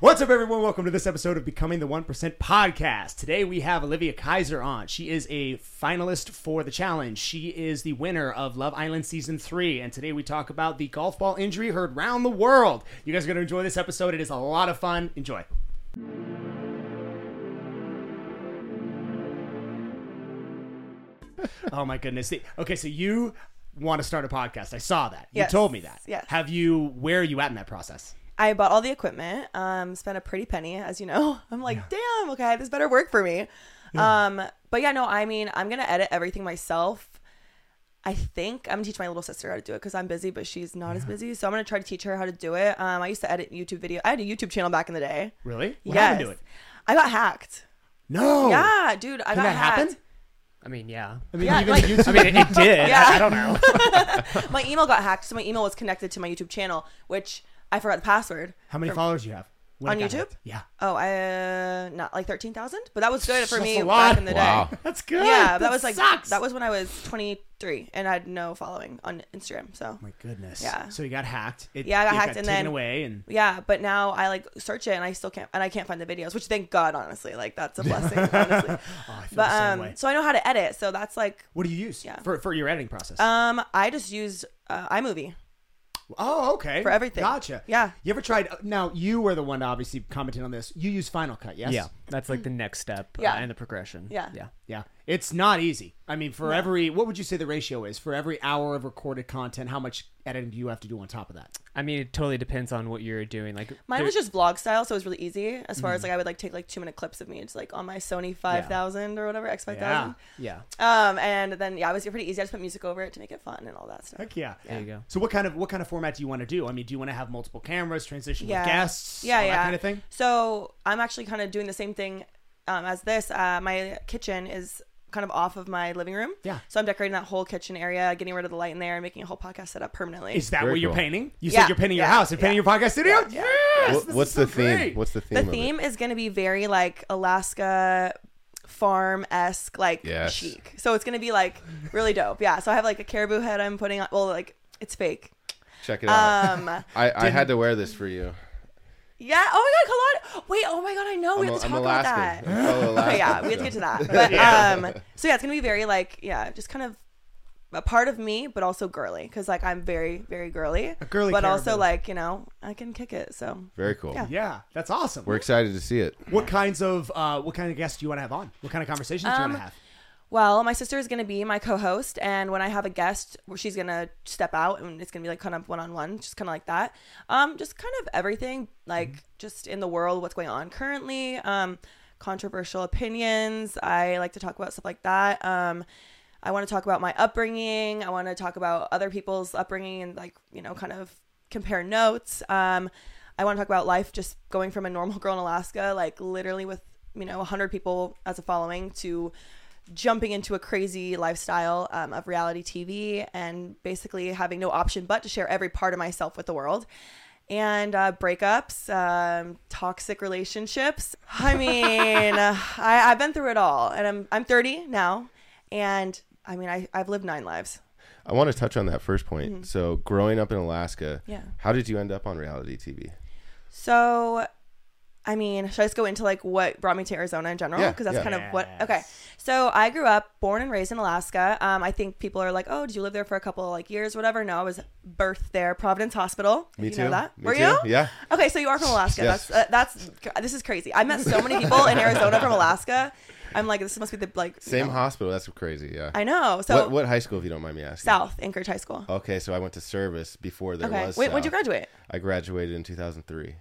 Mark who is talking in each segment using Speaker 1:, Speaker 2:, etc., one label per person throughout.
Speaker 1: What's up, everyone? Welcome to this episode of Becoming the 1% podcast. Today we have Olivia Kaiser on. She is a finalist for the challenge. She is the winner of Love Island Season 3. And today we talk about the golf ball injury heard round the world. You guys are going to enjoy this episode. It is a lot of fun. Enjoy. oh, my goodness. Okay, so you want to start a podcast. I saw that. You
Speaker 2: Yes.
Speaker 1: told me that.
Speaker 2: Yes.
Speaker 1: Have you, where are you at in that process?
Speaker 2: I bought all the equipment, um, spent a pretty penny, as you know. I'm like, damn, okay, this better work for me. Um, but yeah, no, I mean, I'm gonna edit everything myself. I think I'm gonna teach my little sister how to do it because I'm busy, but she's not as busy. So I'm gonna try to teach her how to do it. Um, I used to edit YouTube video. I had a YouTube channel back in the day.
Speaker 1: Really? What
Speaker 2: yes,
Speaker 1: happened to it?
Speaker 2: I got hacked.
Speaker 1: No.
Speaker 2: Yeah, dude,
Speaker 1: Can
Speaker 2: I got
Speaker 1: that
Speaker 2: hacked.
Speaker 1: happen?
Speaker 3: I mean, yeah.
Speaker 1: I mean,
Speaker 2: Yeah,
Speaker 1: even
Speaker 2: like-
Speaker 1: YouTube.
Speaker 3: I mean, it, it did.
Speaker 2: Yeah.
Speaker 3: I, I don't know.
Speaker 2: My email got hacked, so my email was connected to my YouTube channel, which I forgot the password.
Speaker 1: How many followers do you have When
Speaker 2: On
Speaker 1: it got
Speaker 2: YouTube?
Speaker 1: hacked? Yeah,
Speaker 2: Oh, I uh, not like thirteen thousand, but that was good for
Speaker 1: That's
Speaker 2: me
Speaker 1: a lot.
Speaker 2: back in the
Speaker 4: Wow.
Speaker 2: day.
Speaker 1: that's good.
Speaker 2: Yeah, that, was like
Speaker 1: sucks.
Speaker 2: that was when I was 23 and I had no following on Instagram. So
Speaker 1: Oh my goodness.
Speaker 2: Yeah.
Speaker 1: So you got hacked. It,
Speaker 2: Yeah, I got
Speaker 1: it
Speaker 2: hacked and
Speaker 1: taken
Speaker 2: then-
Speaker 1: away and
Speaker 2: yeah, but now I like search it and I still can't and I can't find the videos, which thank God, honestly, like that's a blessing, honestly.
Speaker 1: oh, I feel
Speaker 2: But
Speaker 1: the same
Speaker 2: um,
Speaker 1: way.
Speaker 2: so I know how to edit, so that's like
Speaker 1: What do you use
Speaker 2: yeah.
Speaker 1: for for your editing process?
Speaker 2: um, I just used uh, iMovie.
Speaker 1: oh, okay.
Speaker 2: for everything.
Speaker 1: Gotcha.
Speaker 2: Yeah.
Speaker 1: You ever tried? Now you were the one obviously commenting on this. You use Final Cut, yes?
Speaker 3: Yeah, that's like the next step
Speaker 2: Yeah.
Speaker 3: uh, in the progression.
Speaker 2: Yeah.
Speaker 3: yeah.
Speaker 1: Yeah. It's not easy. I mean, for every what would you say the ratio is for every hour of recorded content? How much editing do you have to do on top of that?
Speaker 3: I mean, it totally depends on what you're doing. Like
Speaker 2: Mine
Speaker 3: there-
Speaker 2: was just vlog style, so it was really easy. As far
Speaker 1: Mm-hmm.
Speaker 2: as like I would like take like two minute clips of me, just like on my Sony five thousand or whatever X five thousand.
Speaker 3: yeah.
Speaker 2: Um, and then yeah, it was pretty easy. I just put music over it to make it fun and all that stuff.
Speaker 1: Heck yeah.
Speaker 3: There you go.
Speaker 1: So what kind of what kind of format do you want to do? I mean, do you want to have multiple cameras, transition
Speaker 2: Yeah.
Speaker 1: with guests,
Speaker 2: yeah,
Speaker 1: all
Speaker 2: yeah.
Speaker 1: that kind of thing?
Speaker 2: So I'm actually kind of doing the same thing um, as this. Uh, my kitchen is kind of off of my living room.
Speaker 1: Yeah.
Speaker 2: So I'm decorating that whole kitchen area, getting rid of the light in there, and making a whole podcast setup permanently.
Speaker 1: Is that
Speaker 4: Very
Speaker 1: what you're
Speaker 4: cool.
Speaker 1: painting? You
Speaker 2: Yeah,
Speaker 1: said you're painting your
Speaker 2: yeah,
Speaker 1: house and painting your podcast studio. Yes.
Speaker 4: What,
Speaker 1: this
Speaker 4: what's
Speaker 1: is
Speaker 4: the
Speaker 1: so
Speaker 4: theme?
Speaker 1: great.
Speaker 4: What's the theme?
Speaker 2: the
Speaker 4: of
Speaker 2: theme
Speaker 4: It?
Speaker 2: is going to be very like Alaska farm esque, like
Speaker 4: Yes.
Speaker 2: chic. So it's going to be like really dope. Yeah. So I have like a caribou head I'm putting on. Well, like it's fake.
Speaker 4: Check it out.
Speaker 2: Um.
Speaker 4: I, I had to wear this for you.
Speaker 2: yeah. Oh my god, Kalad. Wait. Oh my god. I know. we
Speaker 4: I'm,
Speaker 2: have to
Speaker 4: I'm
Speaker 2: talk about that.
Speaker 4: Alaskan. Oh, I'm fellow
Speaker 2: okay, yeah,
Speaker 4: Alaskan,
Speaker 2: we have to
Speaker 4: so.
Speaker 2: get to that. But um, so yeah, it's gonna be very like yeah, just kind of a part of me, but also girly because like I'm very very girly,
Speaker 1: A girly
Speaker 2: but
Speaker 1: caribou.
Speaker 2: also like you know I can kick it. So
Speaker 4: Very cool.
Speaker 2: Yeah.
Speaker 1: Yeah, that's awesome.
Speaker 4: We're excited to see it.
Speaker 1: What kinds of uh, what kind of guests do you want to have on? What kind of conversations do you
Speaker 2: Um,
Speaker 1: want to have?
Speaker 2: well, my sister is gonna be my co-host, and when I have a guest, where she's gonna step out and it's gonna be like kind of one on one, just kind of like that. Um, just kind of everything like
Speaker 1: Mm-hmm.
Speaker 2: just in the world, what's going on currently. Um. Controversial opinions. I like to talk about stuff like that. Um, I want to talk about my upbringing. I want to talk about other people's upbringing and like, you know, kind of compare notes. Um, I want to talk about life just going from a normal girl in Alaska, like literally with, you know, 100 people as a following to jumping into a crazy lifestyle um, of reality TV and basically having no option but to share every part of myself with the world. And uh, breakups, um, toxic relationships. I mean, I, I've been through it all, and I'm I'm 30 now, and I mean, I, I've lived nine lives.
Speaker 4: I want to touch on that first point. So, growing up in Alaska,
Speaker 2: Mm. Yeah.
Speaker 4: how did you end up on reality TV?
Speaker 2: So, I mean, should I just go into like what brought me to Arizona in general?
Speaker 4: Yeah,
Speaker 2: Because that's
Speaker 4: yeah.
Speaker 2: kind of what.
Speaker 1: Yes.
Speaker 2: Okay. So I grew up, born and raised in Alaska. Um, I think people are like, "Oh, did you live there for a couple like years, whatever?" No, I was birthed there, Providence Hospital. if
Speaker 4: Me
Speaker 2: you
Speaker 4: too.
Speaker 2: Know that
Speaker 4: Me
Speaker 2: were
Speaker 4: too.
Speaker 2: you?
Speaker 4: Yeah.
Speaker 2: Okay, so you are from Alaska.
Speaker 4: Yes.
Speaker 2: That's uh, that's this is crazy. I met so many people in Arizona from Alaska. I'm like, this must be the like you
Speaker 4: Same
Speaker 2: know.
Speaker 4: hospital. That's crazy. Yeah.
Speaker 2: I know. So
Speaker 4: what, what high school, if you don't mind me asking?
Speaker 2: South Anchorage High School.
Speaker 4: Okay, so I went to service before there
Speaker 2: okay.
Speaker 4: was.
Speaker 2: Wait, when'd you
Speaker 4: South.
Speaker 2: graduate?
Speaker 4: I graduated in 2003.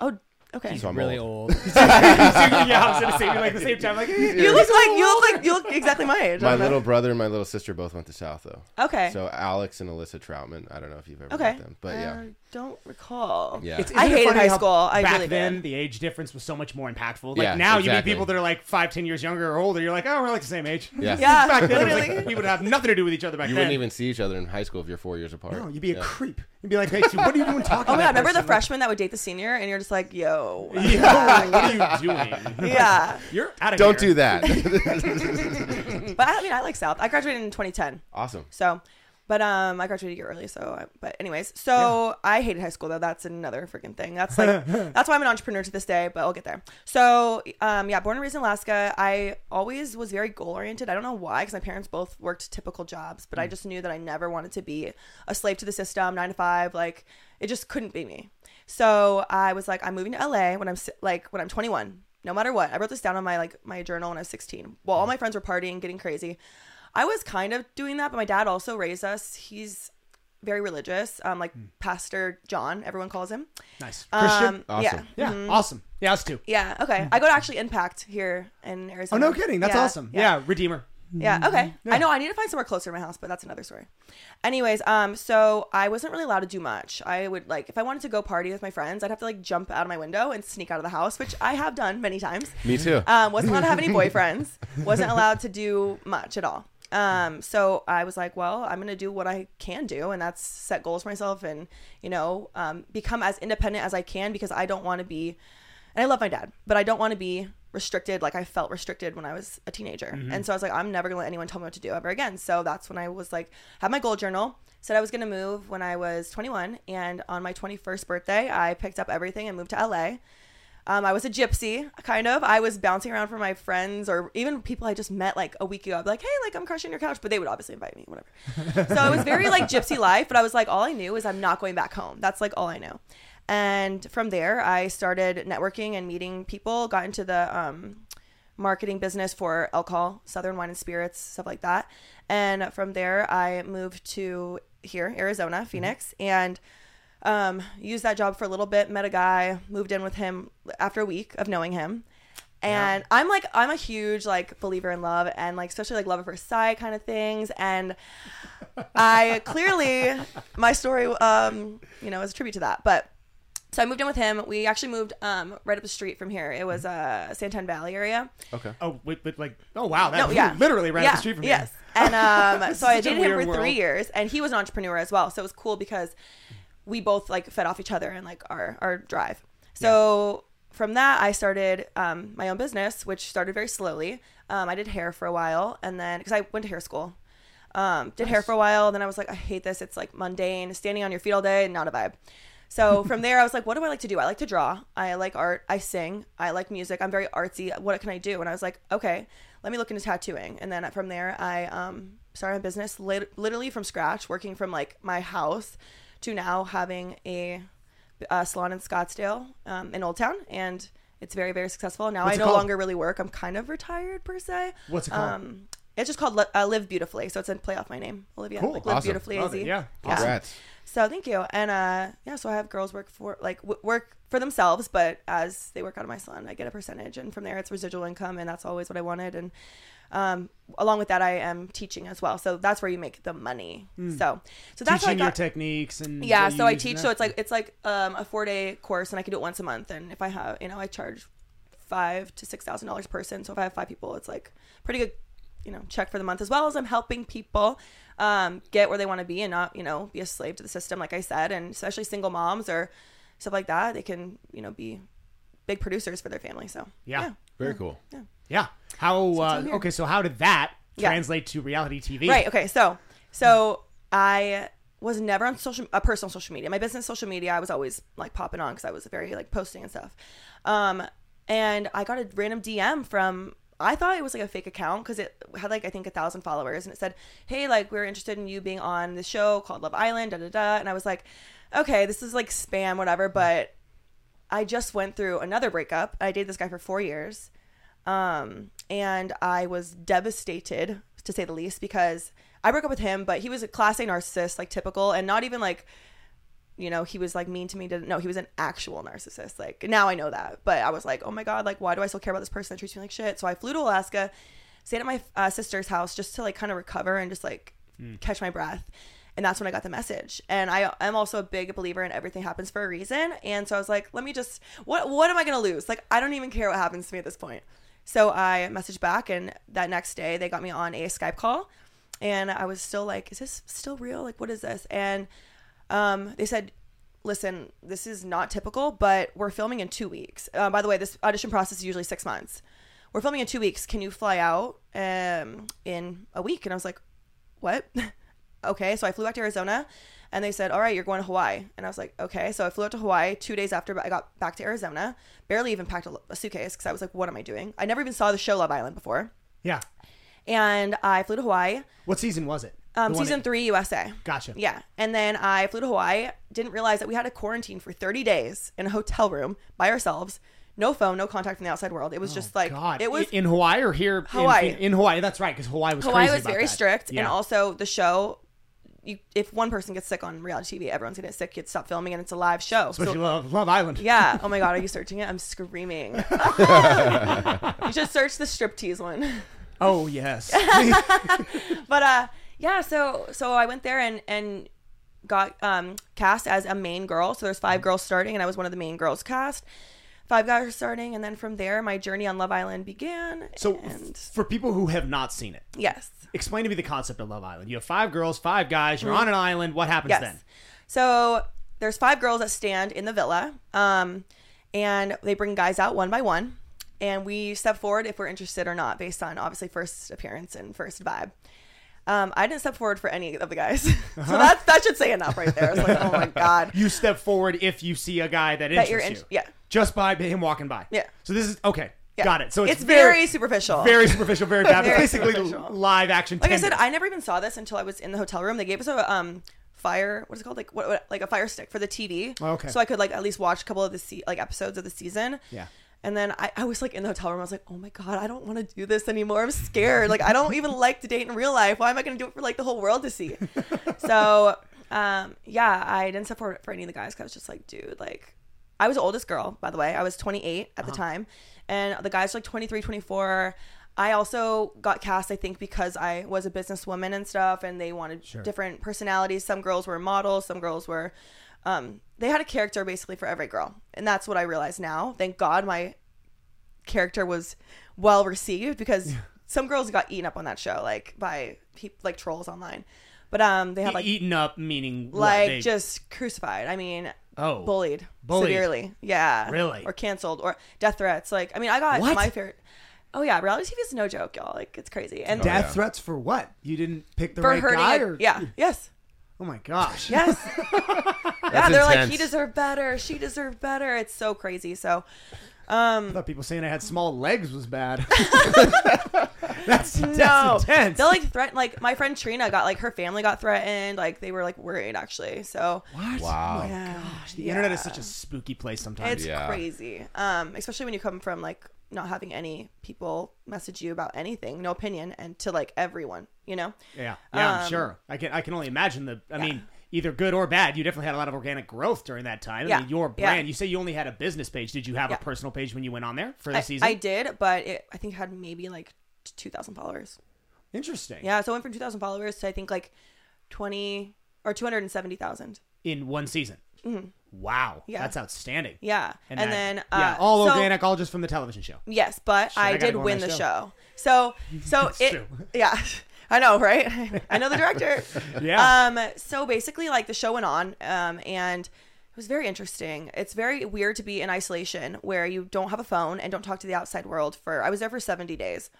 Speaker 2: Oh, okay.
Speaker 4: So I'm
Speaker 3: really
Speaker 4: old.
Speaker 3: old.
Speaker 1: yeah, I was gonna say you're like the same time. Like, eh.
Speaker 2: You look like you look like you look exactly my age. I
Speaker 4: My
Speaker 2: don't know.
Speaker 4: little brother and my little sister both went to South though.
Speaker 2: Okay.
Speaker 4: So Alex and Alyssa Troutman. I don't know if you've ever
Speaker 2: Okay. Uh,
Speaker 4: met them, but yeah,
Speaker 2: I don't recall.
Speaker 4: yeah.
Speaker 1: It's-
Speaker 2: I
Speaker 1: isn't it
Speaker 2: hated
Speaker 1: funny
Speaker 2: high
Speaker 1: how
Speaker 2: school. I
Speaker 1: back
Speaker 2: really
Speaker 1: then,
Speaker 2: did.
Speaker 1: the age difference was so much more impactful. Like
Speaker 4: Yeah,
Speaker 1: now, you meet
Speaker 4: exactly.
Speaker 1: people that are like five, ten years younger or older. You're like, oh, we're like the same age.
Speaker 4: Yeah.
Speaker 2: Yeah,
Speaker 1: back then, it was
Speaker 2: literally.
Speaker 1: like, we would have nothing to do with each other back
Speaker 4: you
Speaker 1: then.
Speaker 4: wouldn't even see each other in high school if you're four years apart.
Speaker 1: No, Oh, you'd be a
Speaker 4: Yeah.
Speaker 1: creep. You'd be like, hey, so what are you doing talking?
Speaker 2: Oh my
Speaker 1: to
Speaker 2: god,
Speaker 1: that
Speaker 2: remember the
Speaker 1: person?
Speaker 2: freshman that would date the senior, and you're just like, yo,
Speaker 1: Yeah, what are you doing?
Speaker 2: yeah.
Speaker 1: You're out of
Speaker 4: Don't
Speaker 1: here.
Speaker 4: do that.
Speaker 2: But I mean, I like South. I graduated in 2010,
Speaker 4: awesome.
Speaker 2: so But um, I graduated a year early, so I, but anyways, so I hated high school though. That's another freaking thing. That's like that's why I'm an entrepreneur to this day. But I'll get there. So um, yeah, born and raised in Alaska, I always was very goal oriented. I don't know why, because my parents both worked typical jobs, but I just knew that I never wanted to be a slave to the system, nine to five. Like it just couldn't be me. So I was like, I'm moving to LA when I'm si- like when I'm 21 no matter what. I wrote this down on my like my journal when I was 16. While all my friends were partying, getting crazy, I was kind of doing that. But my dad also raised us. He's very religious, um, like
Speaker 1: Hmm.
Speaker 2: Pastor John, everyone calls him.
Speaker 1: Nice.
Speaker 4: Christian?
Speaker 2: Um,
Speaker 4: Awesome.
Speaker 2: Yeah.
Speaker 1: yeah, awesome. Yeah, us too.
Speaker 2: Yeah. Okay. I go to actually Impact here in
Speaker 1: Oh,
Speaker 2: Arizona.
Speaker 1: no kidding. That's
Speaker 2: Um, Yeah,
Speaker 1: awesome. Yeah. Hmm. Redeemer.
Speaker 2: Yeah, okay. I know I need to find somewhere closer to my house, but that's another story. Anyways, um so I wasn't really allowed to do much. I would like if I wanted to go party with my friends, I'd have to like jump out of my window and sneak out of the house, which I have done many times.
Speaker 4: Me too.
Speaker 2: Um, wasn't allowed to have any boyfriends. wasn't allowed to do much at all. Um, so I was like, well, I'm gonna do what I can do, and that's set goals for myself, and you know, um, become as independent as I can because I don't want to be. And I love my dad, but I don't want to be restricted like I felt restricted when I was a teenager. And so I was like, I'm never gonna let anyone tell me what to do ever again. So that's when I was like, had my goal journal. Said I was gonna move when I was 21, and on my 21st birthday, I picked up everything and moved to LA. Um, I was a gypsy, kind of. I was bouncing around for my friends or even people I just met like a week ago. I'd be like, hey, like I'm crushing your couch, but they would obviously invite me, whatever. so it was very like gypsy life, but I was like, all I knew is I'm not going back home. That's like all I knew. And from there, I started networking and meeting people, got into the um, marketing business for alcohol, Southern wine and spirits, stuff like that. And from there, I moved to here, Arizona, Phoenix, and um, used that job for a little bit. Met a guy, moved in with him after a week of knowing him. And I'm like, I'm a huge like believer in love and like especially like love at first sight kind of things. And I clearly my story, um, you know, is a tribute to that. But so I moved in with him. We actually moved um right up the street from here. It was uh Santan Valley area.
Speaker 4: okay.
Speaker 1: Oh, with, with like, oh wow, that
Speaker 2: No, yeah.
Speaker 1: literally right up
Speaker 2: yeah,
Speaker 1: the street from
Speaker 2: yes.
Speaker 1: me.
Speaker 2: And um, so I
Speaker 1: Such a
Speaker 2: dated him for
Speaker 1: weird world.
Speaker 2: three years, and he was an entrepreneur as well. So it was cool because we both like fed off each other and like our our drive. So from that, I started um, my own business, which started very slowly. Um, I did hair for a while, and then because I went to hair school, um, did hair for a while. Then I was like, I hate this. It's like mundane, standing on your feet all day, not a vibe. So from there, I was like, what do I like to do? I like to draw. I like art. I sing. I like music. I'm very artsy. What can I do? And I was like, okay, let me look into tattooing. And then from there, I um, started my business lit- literally from scratch, working from like my house to now having a, uh salon in Scottsdale um, in Old Town. And it's very, very successful. Now
Speaker 1: What's it
Speaker 2: I no
Speaker 1: called?
Speaker 2: longer really work. I'm kind of retired per se.
Speaker 1: What's it called?
Speaker 2: Um, it's just called Li- uh, Live Beautifully. So it's a play off my name, Olivia.
Speaker 1: Cool.
Speaker 2: Like, Live
Speaker 4: Awesome.
Speaker 2: Beautifully
Speaker 1: Love
Speaker 2: AZ.
Speaker 1: it. Yeah.
Speaker 4: Congrats.
Speaker 2: So thank you. And uh, yeah, so I have girls work for like w- work for themselves, but as they work out of my salon, I get a percentage, and from there it's residual income, and that's always what I wanted. And um, along with that, I am teaching as well. So that's where you make the money. So so that's how I
Speaker 1: Hmm. Teaching your
Speaker 2: got.
Speaker 1: techniques and
Speaker 2: yeah,
Speaker 1: what you
Speaker 2: so I
Speaker 1: use and
Speaker 2: teach.
Speaker 1: that.
Speaker 2: So it's like it's like um, a four day course, and I can do it once a month. And if I have, you know, I charge five to six thousand dollars per person. So if I have five people, it's like pretty good, you know, check for the month. As well as I'm helping people um, get where they want to be and not, you know, be a slave to the system, like I said, and especially single moms or stuff like that. They can, you know, be big producers for their family. So
Speaker 1: Yeah.
Speaker 4: Very cool.
Speaker 1: yeah. How uh,
Speaker 2: down here.
Speaker 1: okay? So how did that
Speaker 2: Yeah.
Speaker 1: translate to reality TV?
Speaker 2: Right. Okay. So, so I was never on social, a personal social media. My business social media, I was always like popping on because I was very like posting and stuff. Um, and I got a random DM from. I thought it was like a fake account because it had like I think a thousand followers, and it said, "Hey, like we're interested in you being on the show called Love Island." Da da da. And I was like, "Okay, this is like spam, whatever." But I just went through another breakup. I dated this guy for four years. Um, and I was devastated to say the least because I broke up with him, but he was a class A narcissist, like typical, and not even like, you know, he was like mean to me. Didn't no, he was an actual narcissist. Like now I know that, but I was like, oh my god, like why do I still care about this person that treats me like shit? So I flew to Alaska, stayed at my uh, sister's house just to like kind of recover and just like catch my breath. And that's when I got the message. And I am also a big believer in everything happens for a reason. And so I was like, let me just what what am I gonna lose? Like I don't even care what happens to me at this point. So I messaged back, and that next day they got me on a Skype call, and I was still like, "Is this still real? Like, what is this?" And um, they said, "Listen, this is not typical, but we're filming in two weeks. Uh, by the way, this audition process is usually six months. We're filming in two weeks. Can you fly out um, in a week?" And I was like, "What?" okay. So I flew back to Arizona and they said, all right, you're going to Hawaii. And I was like, okay. So I flew out to Hawaii two days after I got back to Arizona, barely even packed a, a suitcase because I was like, what am I doing? I never even saw the show Love Island before.
Speaker 1: Yeah.
Speaker 2: And I flew to Hawaii,
Speaker 1: What season was it?
Speaker 2: um,
Speaker 1: The one
Speaker 2: season
Speaker 1: that-
Speaker 2: three USA.
Speaker 1: Gotcha.
Speaker 2: Yeah. And then I flew to Hawaii, didn't realize that we had to quarantine for 30 days in a hotel room by ourselves. No phone, no contact from the outside world. It was just like,
Speaker 1: Oh, God.
Speaker 2: it was
Speaker 1: in Hawaii or here? in-
Speaker 2: Hawaii.
Speaker 1: In, in Hawaii. That's right, because Hawaii was
Speaker 2: Hawaii
Speaker 1: crazy
Speaker 2: was
Speaker 1: about
Speaker 2: very
Speaker 1: that.
Speaker 2: strict,
Speaker 1: Yeah.
Speaker 2: and also the show. You, if one person gets sick on reality TV, everyone's gonna get sick. You'd stop filming, and it's a live show.
Speaker 1: Especially
Speaker 2: So-
Speaker 1: Love, Love Island.
Speaker 2: yeah. Oh my god, are you searching it? I'm screaming. you should search the striptease one.
Speaker 1: Oh yes.
Speaker 2: But uh, yeah. So so I went there and and got um cast as a main girl. So there's five girls starting, and I was one of the main girls cast. Five guys starting, and then from there, my journey on Love Island began.
Speaker 1: so
Speaker 2: and
Speaker 1: for people who have not seen it,
Speaker 2: yes.
Speaker 1: explain to me the concept of Love Island. You have five girls, five guys. You're on
Speaker 2: Mm-hmm.
Speaker 1: an island. What happens then?
Speaker 2: So there's five girls that stand in the villa, um, and they bring guys out one by one, and we step forward if we're interested or not, based on obviously first appearance and first vibe. Um, I didn't step forward for any of the guys, so that that should say enough right there. It's like, oh my god,
Speaker 1: Uh-huh. You step forward if you see a guy that
Speaker 2: that
Speaker 1: interests
Speaker 2: you're
Speaker 1: you.
Speaker 2: in, yeah,
Speaker 1: Just by him walking by.
Speaker 2: Yeah.
Speaker 1: So this is okay.
Speaker 2: yeah.
Speaker 1: Got it. So it's,
Speaker 2: it's very, superficial.
Speaker 1: very superficial, very bad. but
Speaker 2: Very
Speaker 1: basically
Speaker 2: superficial.
Speaker 1: live action.
Speaker 2: like I
Speaker 1: 10
Speaker 2: said,
Speaker 1: minutes.
Speaker 2: I never even saw this until I was in the hotel room. They gave us a um fire what is it called like what, what like a fire stick for the TV.
Speaker 1: Oh, okay.
Speaker 2: So I could like at least watch a couple of the se- like episodes of the season.
Speaker 1: Yeah.
Speaker 2: And then I, I was like in the hotel room. I was like, oh my god, I don't want to do this anymore. I'm scared. Like I don't even like to date in real life. Why am I going to do it for like the whole world to see? so um yeah, I didn't support it for any of the guys. 'cause I was just like, dude, like. I was the oldest girl, by the way. I was 28 at the time. And the guys were like 23, 24. I also got cast, I think, because I was a businesswoman and stuff, and they wanted different personalities. Some girls were models, some girls were. Um, they had a character basically for every girl. And that's what I realize now. Thank God my character was well received because some girls got eaten up on that show, like by peop like trolls online. But um, they had like
Speaker 1: e, eaten up meaning what?
Speaker 2: like
Speaker 1: They-
Speaker 2: just crucified. I mean,
Speaker 1: Oh.
Speaker 2: bullied,
Speaker 1: Bullied.
Speaker 2: severely. Yeah,
Speaker 1: Really?
Speaker 2: or canceled or death threats. Like, I mean, I got
Speaker 1: What?
Speaker 2: my favorite. Oh yeah, reality TV is no joke, y'all. Like, it's crazy. And
Speaker 1: death
Speaker 4: yeah.
Speaker 1: threats for what? You didn't pick the
Speaker 2: for
Speaker 1: right
Speaker 2: hurting,
Speaker 1: guy,
Speaker 2: a-
Speaker 1: or
Speaker 2: yeah, yes,
Speaker 1: Oh my gosh.
Speaker 2: yes. yeah, they're like, he
Speaker 4: intense.
Speaker 2: deserved better. She deserved better. It's so crazy. So
Speaker 1: I thought people saying I had small legs was bad. that's,
Speaker 2: no,
Speaker 1: that's intense.
Speaker 2: they like threatened. Like my friend Trina got like her family got threatened. Like they were like worried actually. So
Speaker 1: What?
Speaker 4: Wow.
Speaker 2: yeah,
Speaker 1: The internet is such a spooky place sometimes.
Speaker 2: It's
Speaker 4: Yeah.
Speaker 2: crazy. Um, especially when you come from like not having any people message you about anything, no opinion, and to like everyone, you know?
Speaker 1: yeah, yeah, I'm
Speaker 2: um,
Speaker 1: sure. I can I can only imagine the. I mean, either good or bad. You definitely had a lot of organic growth during that time. I
Speaker 2: Yeah,
Speaker 1: mean, your
Speaker 2: yeah.
Speaker 1: brand. You say you only had a business page. Did you have
Speaker 2: Yeah.
Speaker 1: a personal page when you went on there for the
Speaker 2: I,
Speaker 1: season?
Speaker 2: I did, but it, I think had maybe like 2,000 followers.
Speaker 1: Interesting.
Speaker 2: Yeah, so I went from 2,000 followers to I think like 20 or 270,000.
Speaker 1: In one season. Wow.
Speaker 2: Mm-hmm. Yeah.
Speaker 1: That's outstanding.
Speaker 2: Yeah. And,
Speaker 1: that-
Speaker 2: then, uh,
Speaker 1: yeah, all
Speaker 2: so- Mm-hmm.
Speaker 1: organic, all just from the television show.
Speaker 2: Yes, but
Speaker 1: I
Speaker 2: I,
Speaker 1: gotta
Speaker 2: did
Speaker 1: go on
Speaker 2: win
Speaker 1: that
Speaker 2: the show.
Speaker 1: show.
Speaker 2: So so it
Speaker 1: true.
Speaker 2: yeah. I know, right? I know the director.
Speaker 1: Yeah.
Speaker 2: Um so basically like the show went on um and it was very interesting. It's very weird to be in isolation where you don't have a phone and don't talk to the outside world for I was there for 70 days.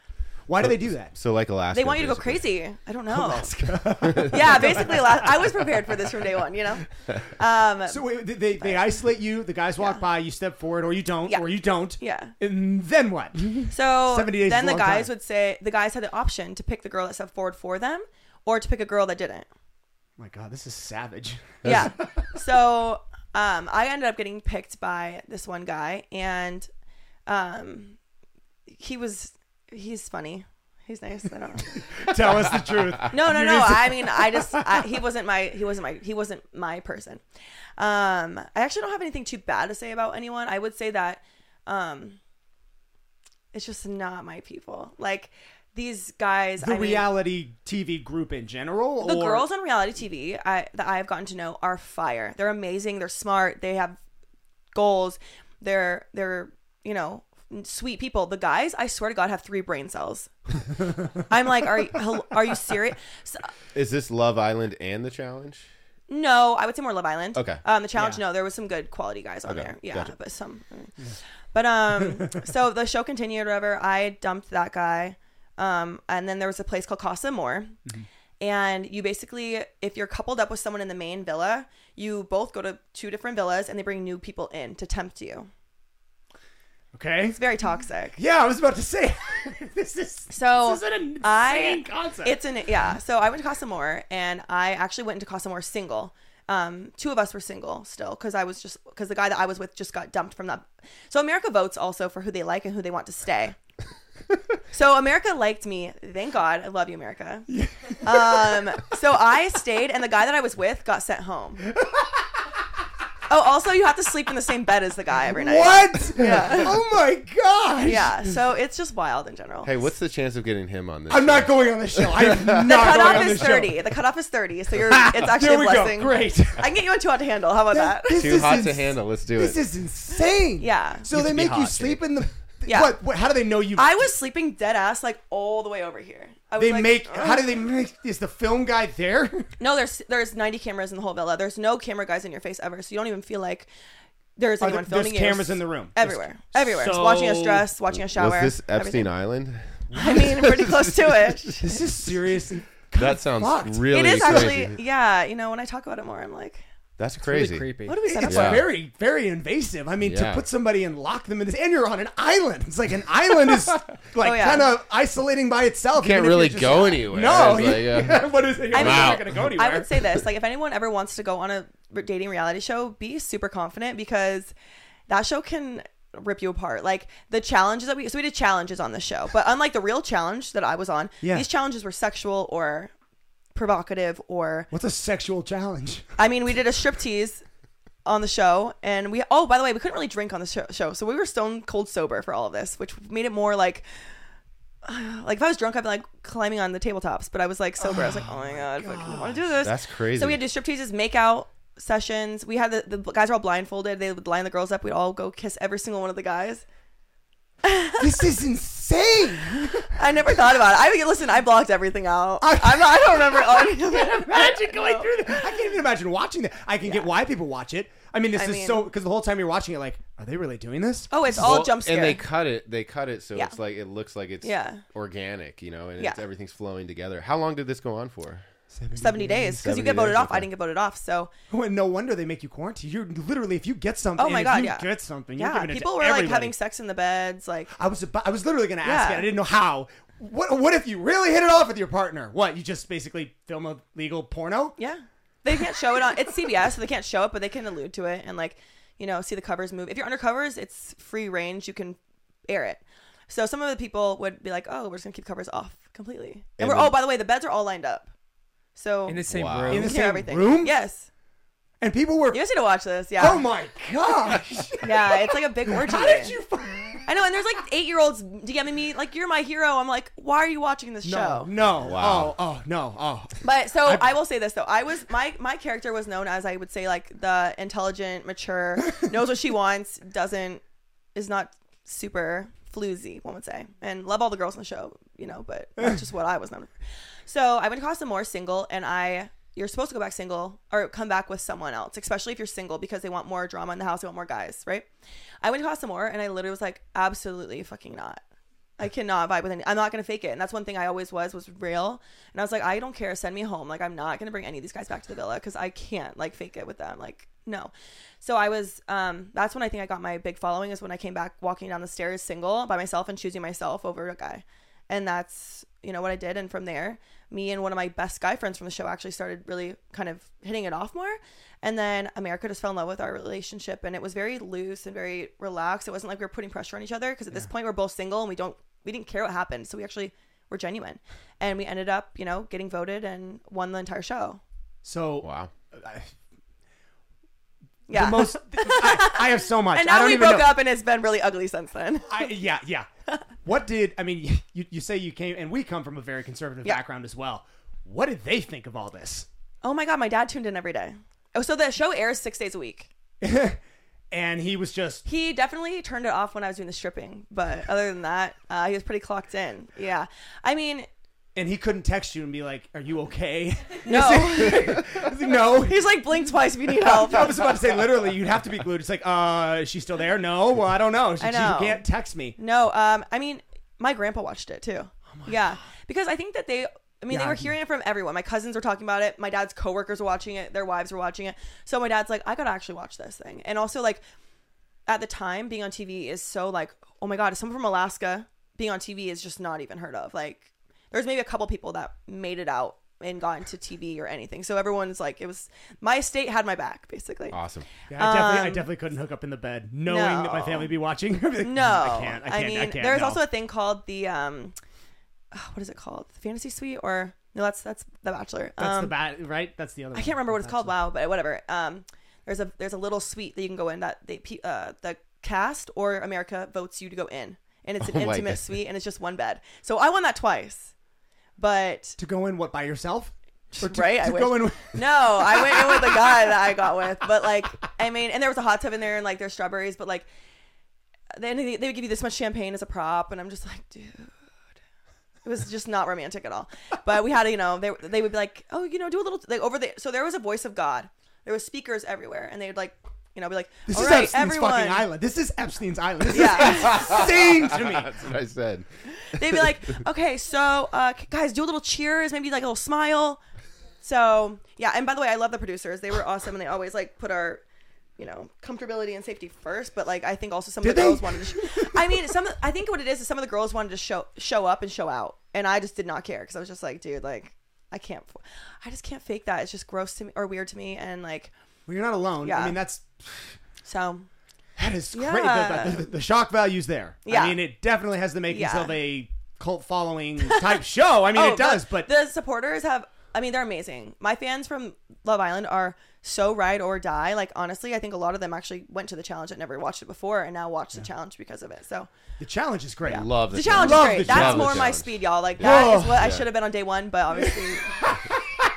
Speaker 1: Why do they do that?
Speaker 4: So like Alaska.
Speaker 2: They want you to go
Speaker 4: basically.
Speaker 2: crazy. I don't know. yeah, basically last, I was prepared for this from day 1, you know. Um
Speaker 1: So wait, they, they, they isolate you. The guys walk by. You step forward, or you don't,
Speaker 2: Yeah.
Speaker 1: or you don't.
Speaker 2: yeah.
Speaker 1: And then what?
Speaker 2: So
Speaker 1: 70 days is
Speaker 2: then
Speaker 1: a
Speaker 2: the
Speaker 1: long
Speaker 2: guys
Speaker 1: time.
Speaker 2: would say the guys had the option to pick the girl that stepped forward for them or to pick a girl that didn't.
Speaker 1: my God, this is savage.
Speaker 2: yeah. So um, I ended up getting picked by this one guy, and um, he was he's funny. He's nice. I don't know.
Speaker 1: Tell us the truth.
Speaker 2: No, no, no. I mean, I just I, he wasn't my he wasn't my he wasn't my person. Um, I actually don't have anything too bad to say about anyone. I would say that um, it's just not my people. Like these guys.
Speaker 1: the
Speaker 2: I mean,
Speaker 1: reality TV group in general.
Speaker 2: the
Speaker 1: or
Speaker 2: girls on reality TV I, that I have gotten to know are fire. They're amazing. They're smart. They have goals. They're they're you know sweet people. The guys, I swear to God, have three brain cells. I'm like, are you, hel- are you serious? So,
Speaker 4: Is this Love Island and the challenge?
Speaker 2: no, I would say more Love Island.
Speaker 4: Okay.
Speaker 2: Um, the challenge.
Speaker 1: Yeah.
Speaker 2: No, there was some good quality guys on
Speaker 4: Okay.
Speaker 2: there. Yeah,
Speaker 4: Gotcha.
Speaker 2: but some. mm. But um, so the show continued. Whatever. I dumped that guy. Um, and then there was a place called Casa More. And you basically, if you're coupled up with someone in the main villa, you both go to two different villas and they bring new people in to tempt you.
Speaker 1: Okay.
Speaker 2: It's very toxic.
Speaker 1: Yeah, I was about to say this is
Speaker 2: So
Speaker 1: this is an insane
Speaker 2: I
Speaker 1: concept.
Speaker 2: it's an yeah. So I went to Casa More and I actually went into Casa More single. Um, two of us were single still because I was just because the guy that I was with just got dumped from that. So America votes also for who they like and who they want to stay. so America liked me. Thank God. I love you, America. um, so I stayed and the guy that I was with got sent home. oh, also you have to sleep in the same bed as the guy every night.
Speaker 1: what?
Speaker 2: Yeah.
Speaker 1: Oh my gosh.
Speaker 2: Yeah. So it's just wild in general.
Speaker 4: Hey, what's the chance of getting him on this?
Speaker 1: I'm not going on this show. I'm not going
Speaker 2: The cutoff
Speaker 1: on
Speaker 2: is
Speaker 1: this
Speaker 2: thirty.
Speaker 1: show.
Speaker 2: The cutoff is thirty. So you're it's actually
Speaker 1: There
Speaker 2: a
Speaker 1: we
Speaker 2: blessing.
Speaker 1: go. Great.
Speaker 2: I can get you on two hot to handle. How about that?
Speaker 1: This
Speaker 4: Too
Speaker 1: is
Speaker 4: hot to
Speaker 1: ins-
Speaker 4: handle. Let's do
Speaker 1: This
Speaker 4: it.
Speaker 1: is insane.
Speaker 2: Yeah.
Speaker 1: So
Speaker 3: You have
Speaker 1: they
Speaker 3: to be
Speaker 1: make you
Speaker 3: hot,
Speaker 1: sleep
Speaker 3: dude.
Speaker 1: in the.
Speaker 2: Yeah.
Speaker 1: What, what? How do they know you?
Speaker 2: I was sleeping dead ass like all the way over here. I was
Speaker 1: they
Speaker 2: like,
Speaker 1: make. How do
Speaker 2: "Ugh."
Speaker 1: they make? Is the film guy there?
Speaker 2: No, there's there's 90 cameras in the whole villa. There's no camera guys in your face ever, so you don't even feel like there's
Speaker 1: Are
Speaker 2: anyone
Speaker 1: there- there's
Speaker 2: filming you.
Speaker 1: cameras in the room. There's-
Speaker 2: Everywhere, everywhere, Just
Speaker 1: So-
Speaker 2: watching us dress, watching us shower.
Speaker 4: Was this Epstein
Speaker 2: everything.
Speaker 4: Island?
Speaker 2: I mean, pretty close to it.
Speaker 1: This is seriously.
Speaker 4: That sounds
Speaker 1: fucked.
Speaker 4: really
Speaker 2: it is
Speaker 4: crazy.
Speaker 2: actually, yeah. You know, when I talk about it more, I'm like,
Speaker 4: That's
Speaker 3: Really
Speaker 4: crazy.
Speaker 3: creepy.
Speaker 2: what do we set up
Speaker 1: It's
Speaker 2: for?
Speaker 4: Yeah.
Speaker 1: very, very invasive. I mean, to
Speaker 4: Yeah.
Speaker 1: put somebody and lock them in this, and you're on an island. It's like an island is like
Speaker 2: Oh, yeah.
Speaker 1: kind of isolating by itself.
Speaker 4: You can't
Speaker 1: even if
Speaker 4: really
Speaker 1: you're just-
Speaker 4: go anywhere.
Speaker 1: No,
Speaker 4: It's
Speaker 1: you-
Speaker 4: like, uh,
Speaker 1: what is it? You're
Speaker 2: I mean,
Speaker 1: not
Speaker 4: Wow.
Speaker 1: going to go anywhere.
Speaker 2: I would say this: like, if anyone ever wants to go on a re- dating reality show, be super confident because that show can rip you apart. Like the challenges that we so we did challenges on the show, but unlike the real challenge that I was on,
Speaker 1: Yeah.
Speaker 2: these challenges were sexual or provocative or
Speaker 1: What's a sexual challenge?
Speaker 2: I mean, we did a striptease on the show, and we oh by the way, we couldn't really drink on the show, show so we were stone cold sober for all of this, which made it more like. Like if I was drunk, I'd be like climbing on the tabletops. But I was like sober. I was like, oh my god, fuck, I don't want to do this.
Speaker 4: That's crazy.
Speaker 2: So we had to do stripteases, make out sessions. We had the, the guys were all blindfolded. They would line the girls up. We'd all go kiss every single one of the guys.
Speaker 1: this is insane.
Speaker 2: I never thought about it. I mean, listen, I blocked everything out. I, I'm not, I don't remember any of it.
Speaker 1: imagine going through that. I can't even imagine watching that. I can get why people watch it. I mean, this
Speaker 2: I
Speaker 1: is
Speaker 2: mean-
Speaker 1: so because the whole time you're watching it, like, are they really doing this?
Speaker 2: Oh, it's all
Speaker 4: Well,
Speaker 2: jump scare.
Speaker 4: And they cut it. They cut it so
Speaker 2: Yeah.
Speaker 4: it's like it looks like it's
Speaker 2: Yeah.
Speaker 4: organic, you know, and it's,
Speaker 2: Yeah.
Speaker 4: everything's flowing together. How long did this go on for?
Speaker 2: 70 days because you
Speaker 4: 70
Speaker 2: get voted
Speaker 4: days,
Speaker 2: off. I
Speaker 4: okay.
Speaker 2: didn't get voted off. So
Speaker 1: Well, no wonder they make you quarantine. You're literally if you get something,
Speaker 2: Oh my
Speaker 1: if
Speaker 2: God,
Speaker 1: you
Speaker 2: yeah.
Speaker 1: get something. You're
Speaker 2: yeah,
Speaker 1: giving it
Speaker 2: people
Speaker 1: to
Speaker 2: were
Speaker 1: everybody.
Speaker 2: like having sex in the beds. Like
Speaker 1: I was about, I was literally gonna ask
Speaker 2: Yeah.
Speaker 1: it. I didn't know how. What what if you really hit it off with your partner? What you just basically film a legal porno?
Speaker 2: yeah, they can't show it on. It's CBS, so they can't show it, but they can allude to it and like you know see the covers move. If you're under covers, it's free range. You can air it. So some of the people would be like, oh, we're just gonna keep covers off completely. And,
Speaker 4: And
Speaker 2: we're
Speaker 4: then-
Speaker 2: oh by the way, the beds are all lined up. So
Speaker 3: in the same
Speaker 4: Wow.
Speaker 3: room.
Speaker 1: In
Speaker 2: you
Speaker 1: the
Speaker 2: can hear
Speaker 1: same
Speaker 2: everything.
Speaker 1: room?
Speaker 2: Yes.
Speaker 1: And people were.
Speaker 2: You guys need to watch this. Yeah.
Speaker 1: Oh my gosh!
Speaker 2: Yeah, it's like a big orgy.
Speaker 1: how did you? Find-
Speaker 2: I know, and there's like eight year olds DMing me, like, you're my hero. I'm like, why are you watching this
Speaker 1: No,
Speaker 2: show?
Speaker 1: no,
Speaker 4: Wow.
Speaker 1: oh, oh, no, oh.
Speaker 2: But so I, will say this though, I was my my character was known as I would say like the intelligent, mature, knows what she wants, doesn't is not super floozy, one would say, and love all the girls on the show, you know. But that's just what I was known for. So I went to Costa More single, and I you're supposed to go back single or come back with someone else, especially if you're single because they want more drama in the house, they want more guys, right? I went to Costa More, and I literally was like, absolutely fucking not. I cannot vibe with any. I'm not gonna fake it, and that's one thing I always was was real. And I was like, I don't care. Send me home. Like I'm not gonna bring any of these guys back to the villa because I can't like fake it with them. Like no. So I was. Um, that's when I think I got my big following is when I came back walking down the stairs single by myself and choosing myself over a guy, and that's you know what I did. And from there, me and one of my best guy friends from the show actually started really kind of hitting it off more. And then America just fell in love with our relationship, and it was very loose and very relaxed. It wasn't like we were putting pressure on each other because at this point we're both single and we don't we didn't care what happened. So we actually were genuine, and we ended up you know getting voted and won the entire show.
Speaker 1: So
Speaker 4: Wow.
Speaker 2: Yeah,
Speaker 1: the most. I, I have so much.
Speaker 2: and
Speaker 1: I
Speaker 2: now
Speaker 1: don't
Speaker 2: we
Speaker 1: even
Speaker 2: broke
Speaker 1: know.
Speaker 2: up, and it's been really ugly since then.
Speaker 1: I, yeah, yeah. What did I mean? You, you say you came, and we come from a very conservative
Speaker 2: Yeah.
Speaker 1: background as well. What did they think of all this?
Speaker 2: Oh my god, my dad tuned in every day. Oh, so the show airs six days a week.
Speaker 1: And he was just
Speaker 2: He definitely turned it off when I was doing the stripping, but other than that, uh, he was pretty clocked in. Yeah, I mean,
Speaker 1: and he couldn't text you and be like, "Are you okay?"
Speaker 2: no,
Speaker 1: no.
Speaker 2: he's like blink twice if you need help.
Speaker 1: I was about to say literally, you'd have to be glued. It's like, uh, is she still there? No. Well, I don't know. She,
Speaker 2: I know.
Speaker 1: she can't text me.
Speaker 2: No, um, I mean, my grandpa watched it too. yeah, because I think that they I mean, they
Speaker 1: Yeah.
Speaker 2: were hearing it from everyone. My cousins were talking about it. My dad's coworkers were watching it. Their wives were watching it. So my dad's like, I gotta actually watch this thing. And also, like, at the time, being on TV is so like, oh my god, someone from Alaska being on TV is just not even heard of. Like, there's maybe a couple people that made it out and got into TV or anything. So everyone's like, it was my state had my back basically.
Speaker 4: Awesome.
Speaker 1: Yeah, I definitely, I definitely couldn't hook up in the bed knowing that my
Speaker 2: Um, No.
Speaker 1: family would be watching. I'd be like,
Speaker 2: No,
Speaker 1: I can't. I can't. I,
Speaker 2: mean,
Speaker 1: can't.
Speaker 2: there's
Speaker 1: no.
Speaker 2: also a thing called the um, what is it called? The fantasy suite or no? That's that's The Bachelor.
Speaker 1: that's
Speaker 2: um,
Speaker 1: the bat, right? That's the other.
Speaker 2: I can't remember what it's called. Wow, but whatever. Um, there's a there's a little suite that you can go in that they pe- uh, the cast or America votes you to go in, and it's an
Speaker 4: Oh my
Speaker 2: intimate
Speaker 4: God.
Speaker 2: suite and it's just one bed. So I won that twice, but
Speaker 1: To go in what by yourself? Or to,
Speaker 2: right, I
Speaker 1: To
Speaker 2: wish.
Speaker 1: go in. with-
Speaker 2: no, I went in with the guy that I got with, but like I mean, and there was a hot tub in there and like there's strawberries, but like then they they would give you this much champagne as a prop, and I'm just like, dude. It was just not romantic at all. But we had, you know, they, they would be like, oh, you know, do a little, like over the, so there was a voice of God. There was speakers everywhere. And they would like, you know, be like,
Speaker 1: This
Speaker 2: all
Speaker 1: is
Speaker 2: right,
Speaker 1: Epstein's
Speaker 2: everyone.
Speaker 1: fucking island. This is Epstein's island. This
Speaker 2: Yeah.
Speaker 1: is insane to me.
Speaker 4: That's what I said.
Speaker 2: They'd be like, okay, so uh, c- guys, do a little cheers, maybe like a little smile. So yeah, and by the way, I love the producers. They were awesome, and they always like put our, you know, comfortability and safety first. But like, I think also some of
Speaker 1: Did
Speaker 2: the
Speaker 1: they?
Speaker 2: girls wanted to. Sh- I mean, some. I think what it is is some of the girls wanted to show show up and show out, and I just did not care because I was just like, dude, like, I can't, f- I just can't fake that. It's just gross to me or weird to me, and like,
Speaker 1: Well, you're not alone. I
Speaker 2: Yeah.
Speaker 1: mean, that's
Speaker 2: so
Speaker 1: that is great.
Speaker 2: Yeah.
Speaker 1: The, the, the, the shock value's there.
Speaker 2: Yeah.
Speaker 1: I mean, it definitely has the makings
Speaker 2: Yeah.
Speaker 1: of a cult following type show. I mean,
Speaker 2: Oh,
Speaker 1: it does, but
Speaker 2: the supporters have. I mean, they're amazing. My fans from Love Island are so ride or die. Like honestly, I think a lot of them actually went to the challenge and never watched it before, and now watch the challenge because of it. So
Speaker 1: the challenge is great.
Speaker 4: Love
Speaker 2: the,
Speaker 4: the
Speaker 2: challenge
Speaker 1: Love
Speaker 2: is
Speaker 1: the
Speaker 2: great. That's
Speaker 1: challenge.
Speaker 2: more
Speaker 4: Love the
Speaker 2: my
Speaker 4: challenge.
Speaker 2: speed, y'all. Like that is
Speaker 1: Whoa.
Speaker 2: what I
Speaker 4: Yeah.
Speaker 2: should have been on day one, but obviously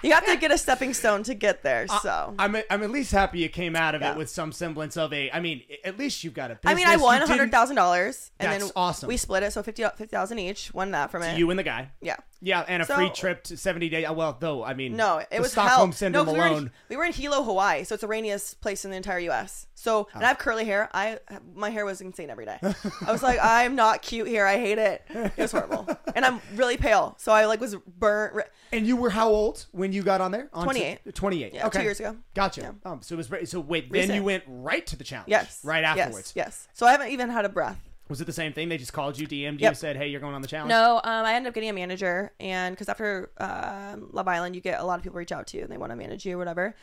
Speaker 2: you have to get a stepping stone to get there.
Speaker 1: Uh,
Speaker 2: So.
Speaker 1: I'm, I'm at least happy you came out of
Speaker 2: Yeah.
Speaker 1: it with some semblance of a. I mean, at least you've got a business.
Speaker 2: I mean, I won
Speaker 1: You
Speaker 2: hundred
Speaker 1: didn't-
Speaker 2: thousand dollars, and
Speaker 1: That's
Speaker 2: then
Speaker 1: awesome.
Speaker 2: we split it, so fifty thousand each. Won that from it.
Speaker 1: You and the guy.
Speaker 2: yeah,
Speaker 1: Yeah, and a
Speaker 2: So-
Speaker 1: free trip to 70 days. Well, though, I mean,
Speaker 2: No, it
Speaker 1: the
Speaker 2: was
Speaker 1: Stockholm
Speaker 2: hell.
Speaker 1: syndrome
Speaker 2: no, 'cause
Speaker 1: alone.
Speaker 2: We were, in, we were in Hilo, Hawaii, so it's the rainiest place in the entire U.S. So, and I have curly hair. I my hair was insane every day. I was like, I'm not cute here. I hate it. It was horrible, and I'm really pale, so I like was burnt. ri-
Speaker 1: And you were how old when you got on there? On
Speaker 2: 28.
Speaker 1: 28.
Speaker 2: Yeah,
Speaker 1: okay.
Speaker 2: two years ago.
Speaker 1: Gotcha.
Speaker 2: Yeah.
Speaker 1: Um, so it was very, so wait,
Speaker 2: Recent.
Speaker 1: then you went right to the challenge.
Speaker 2: Yes,
Speaker 1: Right
Speaker 2: Yes.
Speaker 1: afterwards.
Speaker 2: Yes, So I haven't even had a breath.
Speaker 1: Was it the same thing? They just called you, DM'd you,
Speaker 2: Yep.
Speaker 1: said, "Hey, you're going on the challenge."
Speaker 2: No, um, I ended up getting a manager, and because after um, Love Island, you get a lot of people reach out to you and they want to manage you or whatever.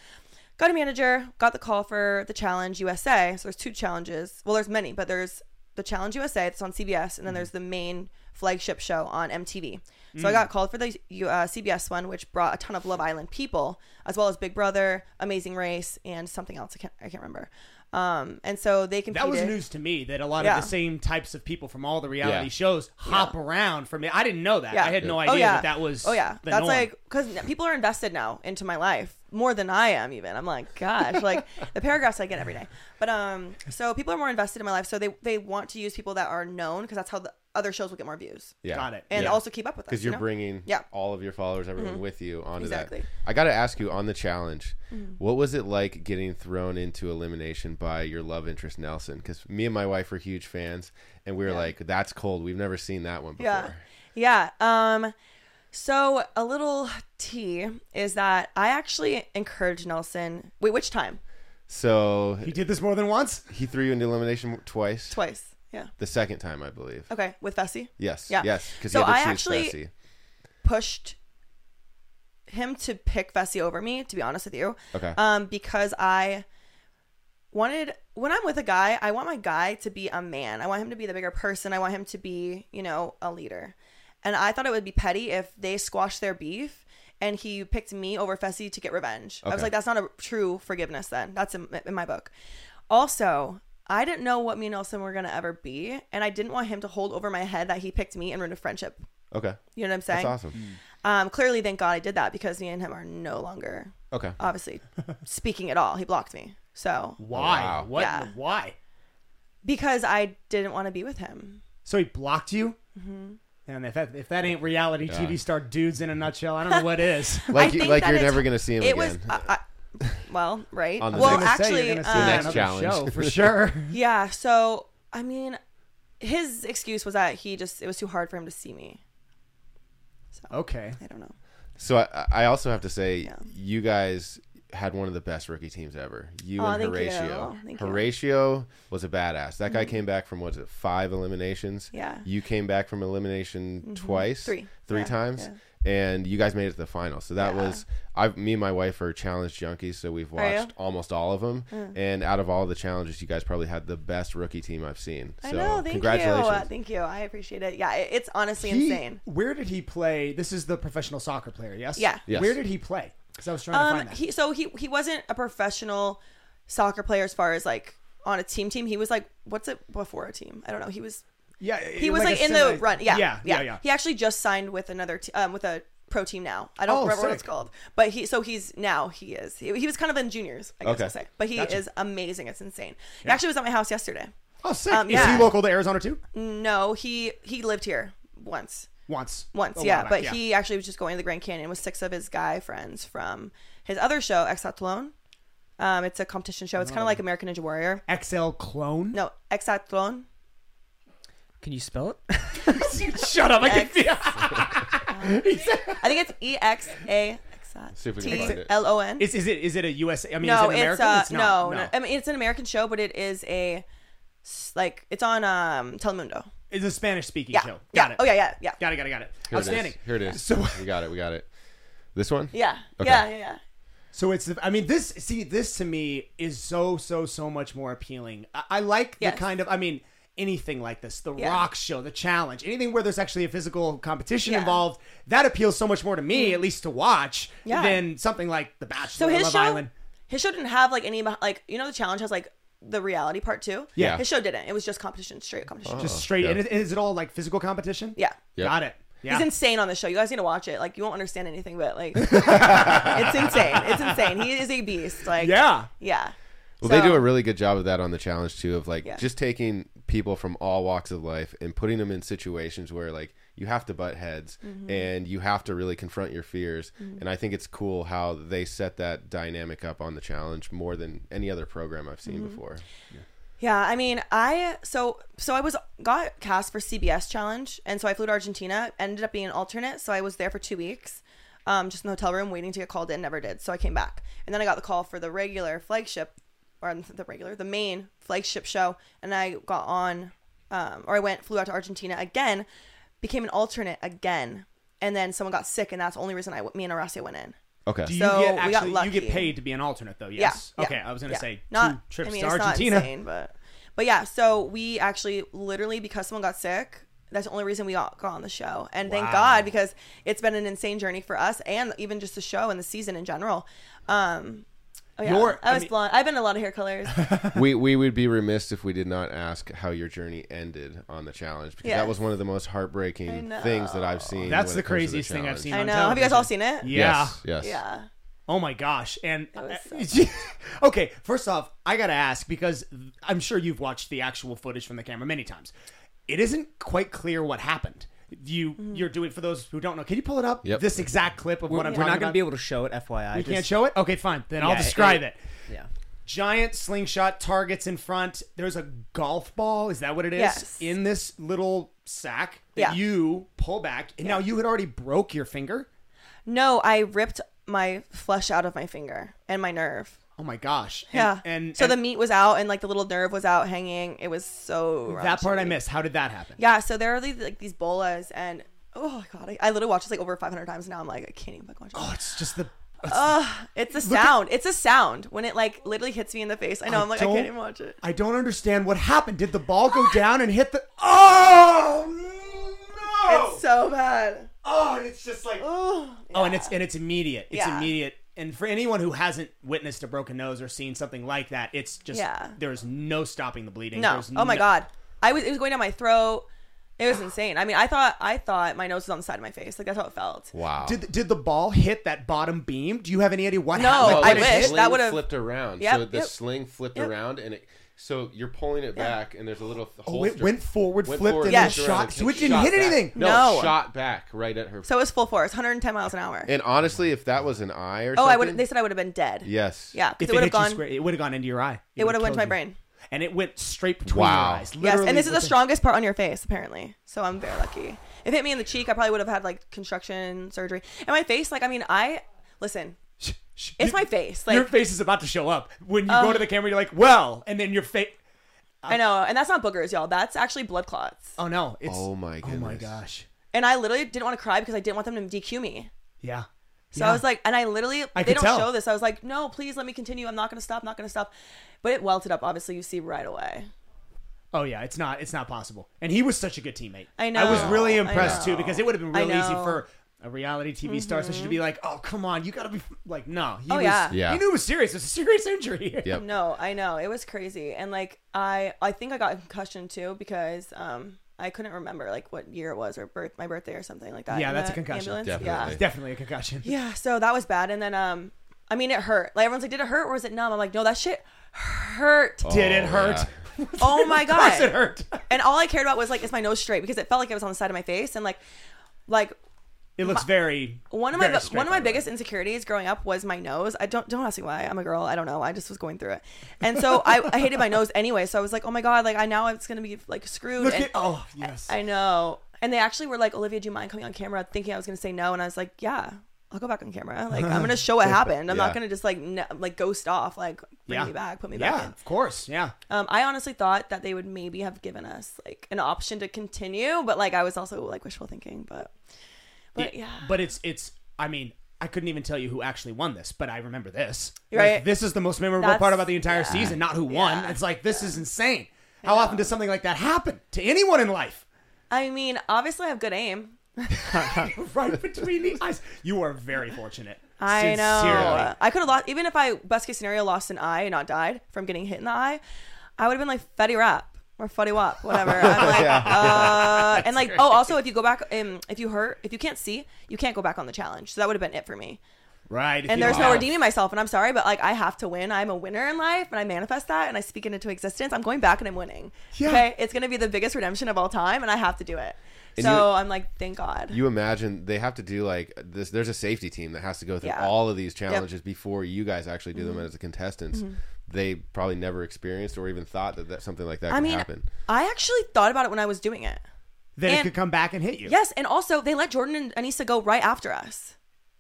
Speaker 2: Got a manager, got the call for the Challenge USA. So there's two challenges. Well, there's many, but there's the Challenge USA that's on CBS,
Speaker 1: Mm.
Speaker 2: and then there's the main flagship show on MTV. So I got called for the U- uh, CBS one, which brought a ton of Love Island people, as well as Big Brother, Amazing Race, and something else. I can't, I can't remember. Um, and so they competed.
Speaker 1: That was news to me that a lot
Speaker 2: Yeah.
Speaker 1: of the same types of people from all the reality
Speaker 4: Yeah.
Speaker 1: shows hop around from it. I didn't know that.
Speaker 2: Yeah.
Speaker 1: I had no
Speaker 2: Oh,
Speaker 1: idea
Speaker 2: yeah.
Speaker 1: that that was.
Speaker 2: Oh yeah,
Speaker 1: the
Speaker 2: that's
Speaker 1: norm.
Speaker 2: like because people are invested now into my life more than I am. Even I'm like, gosh, like the paragraphs I get every day. But um, so people are more invested in my life, so they they want to use people that are known because that's how the other shows will get more views
Speaker 4: Yeah.
Speaker 1: Got it.
Speaker 2: and
Speaker 1: Yeah.
Speaker 2: also keep up with us.
Speaker 4: because
Speaker 2: you
Speaker 4: you're
Speaker 2: know?
Speaker 4: bringing
Speaker 2: Yeah. Mm-hmm.
Speaker 4: all of your followers, everyone with you onto
Speaker 2: Exactly. Mm.
Speaker 4: that. I got to ask you on the challenge, what was it like getting thrown into elimination by your love interest Nelson? Because me and my wife were huge fans, and we were like, "That's cold. We've never seen that one before."
Speaker 2: yeah, yeah. Um, so a little tea is that I actually encouraged Nelson. Wait, which time?
Speaker 4: So
Speaker 1: he did this more than once.
Speaker 4: he threw you into elimination twice.
Speaker 2: Twice. Yeah.
Speaker 4: The second time, I believe.
Speaker 2: Okay, with Fessy.
Speaker 4: Yes.
Speaker 2: Yeah.
Speaker 4: Yes. Because
Speaker 2: So
Speaker 4: he
Speaker 2: I
Speaker 4: had to choose
Speaker 2: actually-
Speaker 4: Bessie.
Speaker 2: pushed him to pick Vessi over me, to be honest with you.
Speaker 4: Okay.
Speaker 2: Um, because I wanted when I'm with a guy, I want my guy to be a man. I want him to be the bigger person. I want him to be, you know, a leader. And I thought it would be petty if they squashed their beef and he picked me over Fessy to get revenge. I was
Speaker 4: Okay.
Speaker 2: like, that's not a true forgiveness then. That's in, in my book. Also, I didn't know what me and Nelson were going to ever be. And I didn't want him to hold over my head that he picked me and ruined a friendship.
Speaker 4: Okay.
Speaker 2: You know what I'm saying?
Speaker 4: That's awesome.
Speaker 2: Um, clearly, thank God I did that because me and him are no longer
Speaker 4: Okay.
Speaker 2: obviously speaking at all. He blocked me. So,
Speaker 1: Why?
Speaker 4: Wow.
Speaker 1: What?
Speaker 2: Yeah.
Speaker 1: Why?
Speaker 2: because I didn't want to be with him.
Speaker 1: So he blocked you.
Speaker 2: Mm-hmm.
Speaker 1: And if that, if that ain't reality TV star dudes in a nutshell, I don't know what is.
Speaker 4: Like
Speaker 2: I
Speaker 4: you,
Speaker 2: think
Speaker 4: like
Speaker 2: that
Speaker 4: you're
Speaker 2: it's-
Speaker 4: never gonna see him
Speaker 2: It was,
Speaker 4: again.
Speaker 2: I, I, well, right?
Speaker 4: On the
Speaker 2: well,
Speaker 4: next-
Speaker 2: actually,
Speaker 4: the
Speaker 2: um,
Speaker 4: next challenge.
Speaker 1: show for sure.
Speaker 2: yeah. So, I mean, his excuse was that he just, it was too hard for him to see me.
Speaker 1: okay,
Speaker 2: I don't know.
Speaker 4: So I, I also have to say,
Speaker 2: Yeah.
Speaker 4: you guys had one of the best rookie teams ever. You
Speaker 2: Aw,
Speaker 4: and
Speaker 2: thank you.
Speaker 4: Horatio.
Speaker 2: Thank you. Mm-hmm.
Speaker 4: Horatio was a badass. That guy came back from what was it, five eliminations?
Speaker 2: Yeah. Mm-hmm.
Speaker 4: You came back from elimination twice,
Speaker 2: Three.
Speaker 4: three
Speaker 2: Yeah,
Speaker 4: times, and you guys made it to the final. So that
Speaker 2: Yeah.
Speaker 4: was I. Me and my wife are challenge junkies, so we've
Speaker 2: Are you? Mm.
Speaker 4: watched almost all of them. And out of all the challenges, you guys probably had the best rookie team I've seen. So
Speaker 2: I know. Thank
Speaker 4: congratulations.
Speaker 2: you. Uh, Thank you. I appreciate it. Yeah, it, it's honestly
Speaker 1: He-
Speaker 2: insane.
Speaker 1: Where did he play? This is the professional soccer player, yes?
Speaker 2: Yeah.
Speaker 4: Yes.
Speaker 1: Where did he play? Because I was trying to
Speaker 2: Um,
Speaker 1: find that.
Speaker 2: he so he he wasn't a professional soccer player as far as like on a team team. He was like what's it before a team? I don't know. He was
Speaker 1: yeah.
Speaker 2: he was
Speaker 1: a
Speaker 2: like, in
Speaker 1: semi-
Speaker 2: the run. Yeah,
Speaker 1: Yeah. Yeah. yeah.
Speaker 2: He actually just signed with another t- um with a pro team now. I don't
Speaker 1: Oh,
Speaker 2: remember what it's
Speaker 1: sick.
Speaker 2: called, but he so he's now he is he, he was kind of in juniors. I guess
Speaker 4: Okay.
Speaker 2: I'll say, but he
Speaker 1: Gotcha.
Speaker 2: is amazing. It's insane. He actually was at my house yesterday.
Speaker 1: Oh, sick.
Speaker 2: Um,
Speaker 1: Is
Speaker 2: yeah.
Speaker 1: he local to Arizona too?
Speaker 2: No, he he lived here once.
Speaker 1: Once.
Speaker 2: Once,
Speaker 1: A
Speaker 2: yeah,
Speaker 1: while back,
Speaker 2: but he actually was just going to the Grand Canyon with six of his guy friends from his other show, Exathlon. Um, it's a competition show. It's
Speaker 1: Oh.
Speaker 2: kind of like American Ninja Warrior.
Speaker 1: XL clone.
Speaker 2: No, Exathlon.
Speaker 3: Can you spell it?
Speaker 1: Shut up! I can feel.
Speaker 2: I think it's E X A
Speaker 4: See if we can find
Speaker 2: T
Speaker 4: it.
Speaker 2: L O N.
Speaker 1: Is, is it is it a USA? I mean,
Speaker 2: No,
Speaker 1: is it
Speaker 2: it's
Speaker 1: American?
Speaker 2: uh,
Speaker 1: It's not.
Speaker 2: no, no. I mean, it's an American show, but it is a s- like it's on um Telemundo.
Speaker 1: It's a Spanish speaking
Speaker 2: Yeah,
Speaker 1: show.
Speaker 2: yeah.
Speaker 1: Got it.
Speaker 2: Oh yeah, yeah, yeah, yeah,
Speaker 1: Got it. Got it. Got it.
Speaker 4: Here
Speaker 1: Outstanding.
Speaker 4: It is. Here it is.
Speaker 1: So
Speaker 4: we got it. We got it. This one.
Speaker 2: yeah,
Speaker 4: Okay.
Speaker 2: yeah, yeah, yeah.
Speaker 1: So it's, I mean, this, see, this to me is so, so, so much more appealing. I, I like the
Speaker 2: Yes.
Speaker 1: kind of, I mean, anything like this, the
Speaker 2: Yeah.
Speaker 1: rock show, the challenge, anything where there's actually a physical competition
Speaker 2: Yeah. Mm-hmm.
Speaker 1: involved, that appeals so much more to me, at least to watch,
Speaker 2: Yeah.
Speaker 1: than something like The Bachelor,
Speaker 2: So his
Speaker 1: Love
Speaker 2: show,
Speaker 1: Island.
Speaker 2: his show didn't have like any beh- like you know the challenge has like the reality part too.
Speaker 1: Yeah.
Speaker 2: his show didn't. It was just competition, straight competition.
Speaker 1: Just straight,
Speaker 4: Oh, yeah.
Speaker 1: and is, is it all like physical competition?
Speaker 2: yeah.
Speaker 4: Yep.
Speaker 1: Got it. Yeah.
Speaker 2: He's insane on the show. You guys need to watch it. Like you won't understand anything, but like it's insane. It's insane. He is a beast. Like
Speaker 1: yeah.
Speaker 2: yeah.
Speaker 4: Well,
Speaker 2: So-
Speaker 4: they do a really good job of that on the challenge too, of like
Speaker 2: Yeah.
Speaker 4: just taking people from all walks of life and putting them in situations where like you have to butt heads
Speaker 1: Mm-hmm.
Speaker 4: and you have to really confront your fears. And I think it's cool how they set that dynamic up on the challenge more than any other program I've
Speaker 1: Mm-hmm.
Speaker 4: seen before.
Speaker 2: Yeah, I mean, I so so I was got cast for CBS Challenge, and so I flew to Argentina. Ended up being an alternate, so I was there for two weeks, um, just in the hotel room waiting to get called in. Never did, so I came back, and then I got the call for the regular flagship, or the regular, the main flagship show, and I got on, um, or I went flew out to Argentina again, became an alternate again, and then someone got sick, and that's the only reason I me and Arasio went in.
Speaker 4: Okay.
Speaker 1: Do you
Speaker 2: So
Speaker 1: get
Speaker 2: we got
Speaker 1: actually, you get
Speaker 2: lucky.
Speaker 1: paid to be an alternate though, yes?
Speaker 2: Yeah.
Speaker 1: okay,
Speaker 2: yeah,
Speaker 1: I was going to
Speaker 2: yeah.
Speaker 1: say two
Speaker 2: Not-
Speaker 1: trips
Speaker 2: I mean,
Speaker 1: to
Speaker 2: it's not
Speaker 1: Argentina.
Speaker 2: insane, but but yeah, so we actually literally because someone got sick. That's the only reason we got, got on the show, and thank
Speaker 1: Wow.
Speaker 2: God because it's been an insane journey for us, and even just the show and the season in general. Um, oh yeah,
Speaker 1: Your- I
Speaker 2: I was
Speaker 1: mean-
Speaker 2: blonde. I've been a lot of hair colors.
Speaker 4: we we would be remiss if we did not ask how your journey ended on the challenge because that
Speaker 2: Yes.
Speaker 4: was one of the most
Speaker 2: I
Speaker 4: heartbreaking
Speaker 2: know.
Speaker 4: things that I've seen.
Speaker 1: That's
Speaker 4: when
Speaker 1: the
Speaker 4: it comes to
Speaker 1: craziest thing I've
Speaker 4: challenge.
Speaker 1: seen.
Speaker 2: I
Speaker 1: on
Speaker 2: know. Have you guys all
Speaker 1: television.
Speaker 2: seen it?
Speaker 1: Yeah.
Speaker 4: Yes. Yes.
Speaker 2: Yeah.
Speaker 1: Oh my gosh! And uh,
Speaker 2: was
Speaker 1: okay, first off, I gotta ask because I'm sure you've watched the actual footage from the camera many times. It isn't quite clear what happened. You
Speaker 3: Mm.
Speaker 1: you're doing for those who don't know. Can you pull it up?
Speaker 4: Yep.
Speaker 1: This exact clip of what I'm
Speaker 3: We're
Speaker 1: talking
Speaker 3: not
Speaker 1: about.
Speaker 3: going to be able to show it, FYI.
Speaker 1: You can't show it. Okay, fine. Then I'll
Speaker 3: Yeah, it-
Speaker 1: describe it,
Speaker 3: Yeah.
Speaker 1: Giant slingshot targets in front. There's a golf ball. Is that what it is?
Speaker 2: Yes.
Speaker 1: In this little sack that
Speaker 2: Yeah.
Speaker 1: you pull back, and now you had already broke your finger.
Speaker 2: No, I ripped my flesh out of my finger and my nerve.
Speaker 1: Oh my gosh! And-
Speaker 2: Yeah.
Speaker 1: And,
Speaker 2: so the
Speaker 1: and
Speaker 2: meat was out, and like the little nerve was out hanging. It was so
Speaker 1: that part I
Speaker 2: raunchy.
Speaker 1: missed. How did that happen?
Speaker 2: Yeah, so there are these like these bolas and oh god, I, I literally watched this like over 500 times now. I'm like, I can't even fucking watch
Speaker 1: Oh,
Speaker 2: it.
Speaker 1: it's just the.
Speaker 2: It's a sound. it's a sound when it like literally hits me in the face. I know. I am like, I
Speaker 1: don't-
Speaker 2: can't even watch it.
Speaker 1: I don't understand what happened. Did the ball go down and hit the? Oh no!
Speaker 2: It's so bad.
Speaker 1: oh, and it's just like. Oh,
Speaker 2: Oh,
Speaker 1: and it's and it's immediate. It's
Speaker 2: Yeah.
Speaker 1: immediate. And for anyone who hasn't witnessed a broken nose or seen something like that, it's just
Speaker 2: Yeah.
Speaker 1: there's no stopping the bleeding.
Speaker 2: no.
Speaker 1: There's
Speaker 2: Oh my
Speaker 1: no-
Speaker 2: god, I was it was going down my throat. It was insane. I mean, I thought I thought my nose was on the side of my face. Like that's how it felt.
Speaker 4: Wow.
Speaker 1: Did did the ball hit that bottom beam? Do you have any idea what
Speaker 2: No,
Speaker 1: happened?
Speaker 2: Oh, I
Speaker 1: what
Speaker 4: the
Speaker 1: it
Speaker 2: wish.
Speaker 1: hit?
Speaker 4: sling
Speaker 2: that would've-
Speaker 4: flipped around. so
Speaker 2: Yep,
Speaker 4: the
Speaker 2: yep.
Speaker 4: sling flipped
Speaker 2: Yep.
Speaker 4: around, and it, so you're pulling it back, and there's a little th-
Speaker 1: Oh, it
Speaker 4: holster.
Speaker 1: went forward,
Speaker 4: Went
Speaker 1: flipped,
Speaker 4: forward,
Speaker 1: and
Speaker 2: Yeah.
Speaker 1: then
Speaker 4: flipped around,
Speaker 1: shot.
Speaker 4: and
Speaker 1: So it
Speaker 4: kicked-
Speaker 1: didn't
Speaker 4: shot
Speaker 1: hit
Speaker 4: back.
Speaker 1: anything.
Speaker 4: No,
Speaker 2: No.
Speaker 4: shot back right at her.
Speaker 2: So it was full force, 110 miles an hour.
Speaker 4: and honestly, if that was an eye or
Speaker 2: oh,
Speaker 4: something,
Speaker 2: I would. They said I would have been dead.
Speaker 4: yes,
Speaker 2: Yeah,
Speaker 1: If
Speaker 2: because
Speaker 1: it,
Speaker 2: it would have
Speaker 1: hit you
Speaker 2: gone.
Speaker 1: square, it would have gone into your eye.
Speaker 2: it would have went
Speaker 1: killed
Speaker 2: to my
Speaker 1: you.
Speaker 2: brain.
Speaker 1: and it went straight between
Speaker 4: Wow.
Speaker 1: your eyes.
Speaker 2: Yes,
Speaker 1: Literally
Speaker 2: and this is the
Speaker 1: within-
Speaker 2: strongest part on your face, apparently. So I'm very lucky. If it hit me in the cheek, I probably would have had like construction surgery. And my face, like, I mean, I listen. It's my face, like
Speaker 1: your face is about to show up when you
Speaker 2: Oh.
Speaker 1: go to the camera. You're like, well, and then your face.
Speaker 2: I know, and that's not boogers, y'all. That's actually blood clots.
Speaker 1: Oh no! It's
Speaker 4: Oh, my
Speaker 1: Oh my
Speaker 4: goodness.
Speaker 1: gosh!
Speaker 2: And I literally didn't want to cry because I didn't want them to DQ me.
Speaker 1: Yeah.
Speaker 2: So
Speaker 1: Yeah.
Speaker 2: I was like, and I literally
Speaker 1: I
Speaker 2: they
Speaker 1: could tell.
Speaker 2: don't show this. I was like, no, please let me continue. I'm not gonna stop. Not gonna stop. But it welted up. Obviously, you see right away.
Speaker 1: Oh yeah, it's not it's not possible. And he was such a good teammate.
Speaker 2: I
Speaker 1: I was
Speaker 2: know,
Speaker 1: really
Speaker 2: I
Speaker 1: impressed too
Speaker 2: know,
Speaker 1: because it would have been
Speaker 2: I
Speaker 1: real easy
Speaker 2: know. Mm-hmm.
Speaker 1: for a reality TV star such to be like, "Oh, come on, you got to be f-" like, no." He
Speaker 2: Oh,
Speaker 1: was,
Speaker 2: yeah.
Speaker 4: Yeah.
Speaker 1: He knew it was serious. It was a serious injury.
Speaker 4: Yep.
Speaker 2: No, I know it was crazy, and like I, I think I got a concussion too because um I couldn't remember like what year it was or birth my birthday or something like that.
Speaker 1: Yeah,
Speaker 2: in
Speaker 1: that's
Speaker 2: the
Speaker 1: a concussion.
Speaker 2: ambulance.
Speaker 4: Definitely.
Speaker 2: Yeah,
Speaker 1: Definitely a concussion.
Speaker 2: yeah. So that was bad, and then um, I mean it hurt. Like everyone's like, did it hurt or was it numb? I'm like, no, that shit hurt.
Speaker 4: Oh,
Speaker 1: Did it hurt?
Speaker 4: yeah.
Speaker 2: Oh my
Speaker 1: Of course
Speaker 2: god,
Speaker 1: it hurt.
Speaker 2: And all I cared about was like, is my nose straight? Because it felt like it was on the side of my face, and like, like
Speaker 1: It looks very
Speaker 2: one of my
Speaker 1: very
Speaker 2: bi- one
Speaker 1: straight,
Speaker 2: of my
Speaker 1: by the way.
Speaker 2: biggest insecurities growing up was my nose. I don't don't ask me why. I'm a girl. I don't know. I just was going through it, and so I, I hated my nose anyway. So I was like, oh my god, like I now it's gonna be like screwed.
Speaker 1: Look
Speaker 2: and
Speaker 1: at oh, yes.
Speaker 2: I know. And they actually were like, Olivia, do you mind coming on camera? Thinking I was gonna say no, and I was like, yeah. I'll go back on camera. Like I'm gonna show what happened. I'm
Speaker 4: Yeah.
Speaker 2: not gonna just like ne- like ghost off. Like bring
Speaker 1: Yeah.
Speaker 2: me back, put me back
Speaker 1: yeah,
Speaker 2: in.
Speaker 1: of course. Yeah.
Speaker 2: Um, I honestly thought that they would maybe have given us like an option to continue, but like I was also like wishful thinking. But
Speaker 1: It-
Speaker 2: but yeah,
Speaker 1: But it's it's I mean, I couldn't even tell you who actually won this, but I remember this. Like,
Speaker 2: Right.
Speaker 1: this is the most memorable
Speaker 2: That's-
Speaker 1: part about the entire season, not who won.
Speaker 2: Yeah.
Speaker 1: It's like this is insane. How often does something like that happen to anyone in life?
Speaker 2: I mean, obviously I have good aim.
Speaker 1: right between the eyes. You are very fortunate.
Speaker 2: I know.
Speaker 1: Sincerely.
Speaker 2: I could have lost even if I best case scenario lost an eye and not died from getting hit in the eye. I would have been like Fetty Rap or Fuddy Wap, whatever. I'm like, uh, and like, oh, also if you go back, um, if you hurt, if you can't see, you can't go back on the challenge. So that would have been it for me.
Speaker 1: Right. if
Speaker 2: And
Speaker 1: you
Speaker 2: there's
Speaker 1: have-
Speaker 2: no redeeming myself. And I'm sorry, but like I have to win. I'm a winner in life, and I manifest that, and I speak it into existence. I'm going back, and I'm winning.
Speaker 1: Yeah.
Speaker 2: Okay, it's gonna be the biggest redemption of all time, and I have to do it.
Speaker 4: And
Speaker 2: so
Speaker 4: you-
Speaker 2: I'm like, thank God.
Speaker 4: You imagine they have to do like this. There's a safety team that has to go through
Speaker 2: Yeah. Mm-hmm.
Speaker 4: all of these challenges before you guys actually do them as contestants. They probably never experienced or even thought that, that something like that
Speaker 2: I
Speaker 4: could
Speaker 2: mean,
Speaker 4: happen.
Speaker 2: I actually thought about it when I was doing it.
Speaker 1: Then it
Speaker 2: and-
Speaker 1: could come back and hit you.
Speaker 2: Yes, and also they let Jordan and Anissa go right after us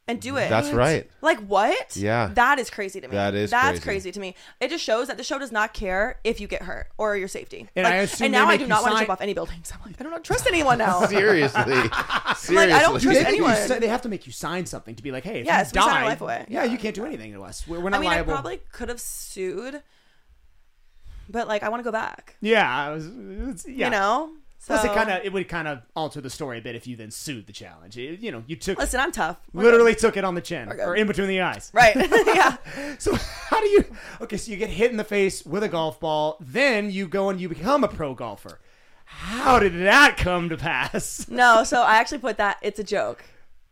Speaker 2: and do it.
Speaker 4: That's right.
Speaker 2: Like what?
Speaker 4: Yeah.
Speaker 2: That is crazy to me.
Speaker 4: That is
Speaker 2: That's
Speaker 4: crazy.
Speaker 2: crazy to me. It just shows that the show does not care if you get hurt or your safety.
Speaker 1: And I assume
Speaker 2: and
Speaker 1: they
Speaker 2: now I
Speaker 1: make
Speaker 2: do
Speaker 1: you
Speaker 2: not want to
Speaker 1: sign-
Speaker 2: jump off any buildings. I'm like, I don't trust anyone now.
Speaker 4: Seriously, seriously.
Speaker 2: don't
Speaker 1: They,
Speaker 2: trust
Speaker 1: make you
Speaker 2: anyone.
Speaker 1: si- they have to make you sign something to be like, hey, if
Speaker 2: Yes,
Speaker 1: you
Speaker 2: we sign our
Speaker 1: die,
Speaker 2: life away.
Speaker 1: Yeah,
Speaker 2: Yeah.
Speaker 1: you can't do anything to us. We're, we're not
Speaker 2: I mean,
Speaker 1: liable.
Speaker 2: I probably could have sued, but like I want to go back.
Speaker 1: yeah, I was, it's, yeah.
Speaker 2: You know? So
Speaker 1: Plus, it kind of it would kind of alter the story a bit if you then sued the challenge. It- you know, you took
Speaker 2: listen. I'm tough. We're
Speaker 1: literally took it on the chin
Speaker 2: good.
Speaker 1: or in between the eyes.
Speaker 2: good. right. yeah.
Speaker 1: So how do you? Okay, so you get hit in the face with a golf ball, then you go and you become a pro golfer. How did that come to pass?
Speaker 2: No. So I actually put that. It's a joke.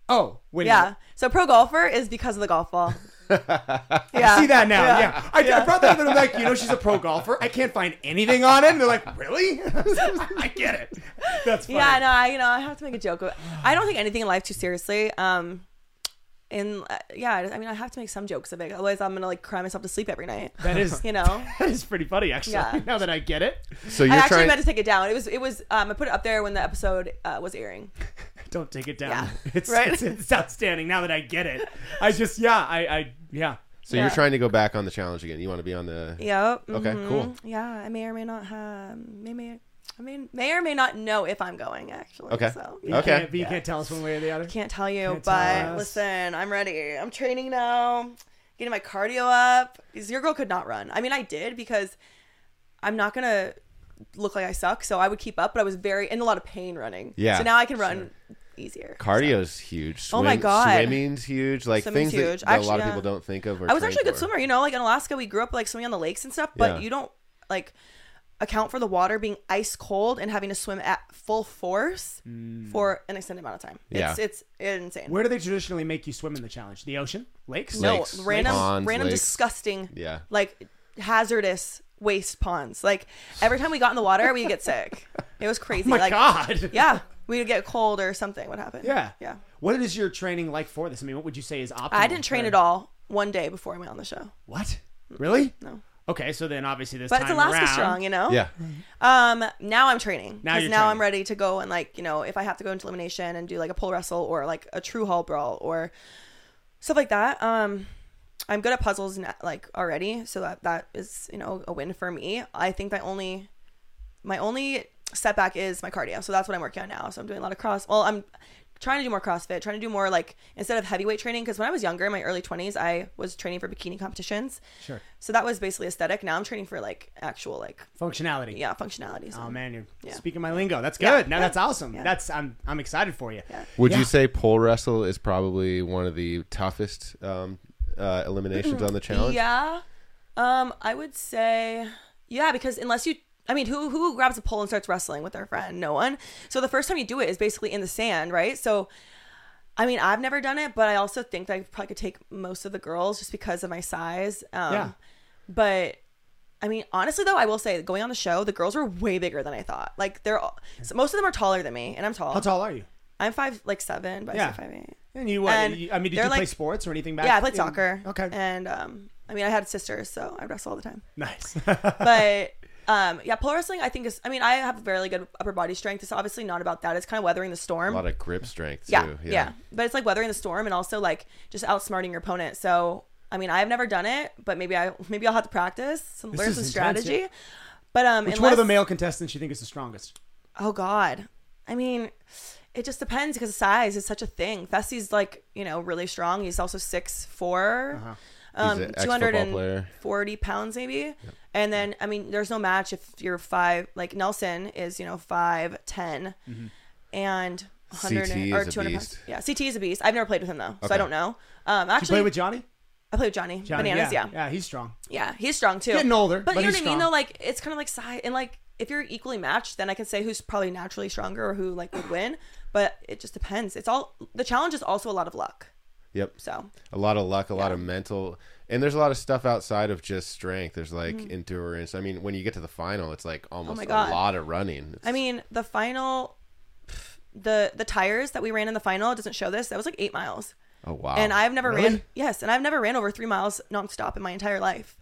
Speaker 1: Oh, wait. a
Speaker 2: Yeah.
Speaker 1: minute.
Speaker 2: So pro golfer is because of the golf ball. yeah.
Speaker 1: See that now? Yeah. I, I
Speaker 2: Yeah.
Speaker 1: brought that up and I'm like, you know, she's a pro golfer. I can't find anything on it. And they're like, really? I get it. That's funny.
Speaker 2: Yeah, no, I you know I have to make a joke. of- I don't take anything in life too seriously. Um, and uh, yeah, I mean I have to make some jokes of it. Otherwise, I'm gonna like cry myself to sleep every night.
Speaker 1: That is,
Speaker 2: You know.
Speaker 1: that is pretty funny, actually.
Speaker 2: Yeah.
Speaker 1: Now that I get it,
Speaker 4: so
Speaker 2: I
Speaker 4: you're
Speaker 2: actually
Speaker 4: trying.
Speaker 2: meant to take it down. It was it was um I put it up there when the episode uh, was airing.
Speaker 1: don't take it down.
Speaker 2: Yeah.
Speaker 1: It's,
Speaker 2: Right?
Speaker 1: it's it's outstanding. Now that I get it, I just yeah, I I yeah.
Speaker 4: so you're
Speaker 2: Yeah.
Speaker 4: trying to go back on the challenge again. You want to be on the.
Speaker 2: Yep.
Speaker 4: Okay,
Speaker 2: mhm.
Speaker 4: cool.
Speaker 2: Yeah, I may or may not have may may I mean may or may not know if I'm going actually.
Speaker 4: Okay.
Speaker 2: So
Speaker 1: You
Speaker 4: Okay.
Speaker 1: can't, but you can't tell us one way or the other.
Speaker 2: can't tell you,
Speaker 1: Can't tell
Speaker 2: but
Speaker 1: us.
Speaker 2: listen, I'm ready. I'm training now, getting my cardio up. 'Cause Your girl could not run. I mean, I did because I'm not gonna look like I suck, so I would keep up, but I was very in a lot of pain running.
Speaker 4: Yeah,
Speaker 2: So now I can run easier.
Speaker 4: Cardio's huge.
Speaker 2: Oh my
Speaker 4: Swim-
Speaker 2: God.
Speaker 4: Swimming's huge. Like
Speaker 2: Swimming's
Speaker 4: things that-
Speaker 2: huge.
Speaker 4: that, a lot
Speaker 2: Actually,
Speaker 4: of people
Speaker 2: yeah.
Speaker 4: don't think of. Or
Speaker 2: I was
Speaker 4: train
Speaker 2: actually a good
Speaker 4: for.
Speaker 2: swimmer. You know, like in Alaska, we grew up like swimming on the lakes and stuff, but
Speaker 4: Yeah.
Speaker 2: you don't like account for the water being ice cold and having to swim at full force for an extended amount of time.
Speaker 4: Mm. Yeah.
Speaker 2: It's it's insane.
Speaker 1: Where do they traditionally make you swim in the challenge? The ocean, lakes?
Speaker 2: no
Speaker 4: Lakes,
Speaker 2: random
Speaker 4: ponds,
Speaker 2: random
Speaker 4: lakes.
Speaker 2: disgusting
Speaker 4: Yeah.
Speaker 2: like hazardous waste ponds like every time we got in the water we would get sick it was crazy
Speaker 1: Oh my
Speaker 2: like
Speaker 1: god.
Speaker 2: yeah we would get cold or something would happen
Speaker 1: Yeah.
Speaker 2: yeah
Speaker 1: What is your training like for this? I mean, what would you say is optimal?
Speaker 2: i didn't train
Speaker 1: for-
Speaker 2: at all one day before i went on the show
Speaker 1: What? Really?
Speaker 2: No.
Speaker 1: Okay, so then obviously this
Speaker 2: But
Speaker 1: time
Speaker 2: it's Alaska
Speaker 1: around,
Speaker 2: strong, you know.
Speaker 4: Yeah.
Speaker 2: Um, now I'm training
Speaker 1: Now
Speaker 2: because
Speaker 1: you're
Speaker 2: now
Speaker 1: training.
Speaker 2: I'm ready to go and like you know if I have to go into elimination and do like a pole wrestle or like a true hall brawl or stuff like that. Um, I'm good at puzzles na- like already, so that that is you know a win for me. I think my only my only setback is my cardio, so that's what I'm working on now. So I'm doing a lot of cross. Well, I'm trying to do more CrossFit, trying to do more like instead of heavyweight training because when I was younger, in my early 20s, I was training for bikini competitions.
Speaker 3: Sure.
Speaker 2: So that was basically aesthetic. Now I'm training for like actual like
Speaker 1: functionality.
Speaker 2: yeah functionality. So.
Speaker 1: Oh man, you're
Speaker 2: Yeah.
Speaker 1: speaking my lingo. That's good.
Speaker 2: Yeah.
Speaker 1: Now
Speaker 2: Yeah.
Speaker 1: that's awesome.
Speaker 2: Yeah.
Speaker 1: That's I'm I'm excited for you.
Speaker 2: Yeah.
Speaker 4: Would
Speaker 1: Yeah.
Speaker 4: you say pole wrestle is probably one of the toughest um, uh, eliminations on the challenge?
Speaker 2: Yeah. Um, I would say yeah, because unless you I mean, who who grabs a pole and starts wrestling with their friend? No one. So the first time you do it is basically in the sand, right? So I mean, I've never done it, but I also think that I probably could take most of the girls just because of my size. Um
Speaker 1: Yeah.
Speaker 2: but I mean, honestly though, I will say going on the show, the girls were way bigger than I thought. Like they're all, so most of them are taller than me, and I'm tall.
Speaker 1: How tall are you?
Speaker 2: I'm five like seven, but
Speaker 1: Yeah.
Speaker 2: I say five eight.
Speaker 1: And you what?
Speaker 2: And
Speaker 1: you- I mean, did
Speaker 2: they're
Speaker 1: you play
Speaker 2: like-
Speaker 1: sports or anything back?
Speaker 2: Yeah, I played
Speaker 1: in-
Speaker 2: soccer.
Speaker 1: Okay.
Speaker 2: And um, I mean, I had sisters, so I wrestle all the time.
Speaker 1: nice.
Speaker 2: But um, yeah, pole wrestling, I think is. I mean, I have very good upper body strength. It's obviously not about that. It's kind of weathering the
Speaker 4: A
Speaker 2: storm.
Speaker 4: lot of grip strength, too.
Speaker 2: yeah, yeah, But it's like weathering the storm and also like just outsmarting your opponent. So I mean, I've never done it, but maybe I maybe I'll have to practice, some, learn
Speaker 1: is
Speaker 2: some
Speaker 1: intense,
Speaker 2: strategy. But um,
Speaker 1: Which
Speaker 2: unless,
Speaker 1: one of the male contestants you think is the strongest?
Speaker 2: Oh God, I mean, it just depends because size is such a thing. Fessy's like you know really strong. He's also six
Speaker 1: Uh-huh.
Speaker 2: um,
Speaker 4: He's an
Speaker 2: two
Speaker 4: ex-football
Speaker 2: hundred and
Speaker 4: player.
Speaker 2: forty pounds maybe. And then I mean, there's no match if you're five. Like Nelson is, you know, five and hundred
Speaker 4: CT
Speaker 2: or
Speaker 4: Mm-hmm. is a
Speaker 2: two hundred
Speaker 4: beast.
Speaker 2: pounds. Yeah, CT is a beast. I've never played with him though, so
Speaker 4: Okay.
Speaker 2: I don't know. Um,
Speaker 1: You
Speaker 2: actually,
Speaker 1: play with Johnny?
Speaker 2: I played with Johnny,
Speaker 1: Johnny,
Speaker 2: Bananas. Yeah. yeah,
Speaker 1: Yeah, he's strong.
Speaker 2: he's strong too.
Speaker 1: Getting older,
Speaker 2: but,
Speaker 1: but
Speaker 2: you know
Speaker 1: he's
Speaker 2: what I mean
Speaker 1: strong.
Speaker 2: though. Like it's kind of like size and like if you're equally matched, then I can say who's probably naturally stronger or who like would win. But it just depends. It's all the challenge is also a lot of luck.
Speaker 4: Yep.
Speaker 2: So
Speaker 4: a lot of luck, a lot of mental, and there's a lot of stuff outside of just strength. There's like endurance. I mean, when you get to the final, it's like almost
Speaker 2: Mm-hmm. Oh my
Speaker 4: a
Speaker 2: God.
Speaker 4: lot of running. It's-
Speaker 2: I mean, the final, the the tires that we ran in the final it doesn't show this. That was like eight miles,
Speaker 4: oh wow!
Speaker 2: and I've never ran.
Speaker 1: really?
Speaker 2: Yes, and I've never ran over three miles nonstop in my entire life,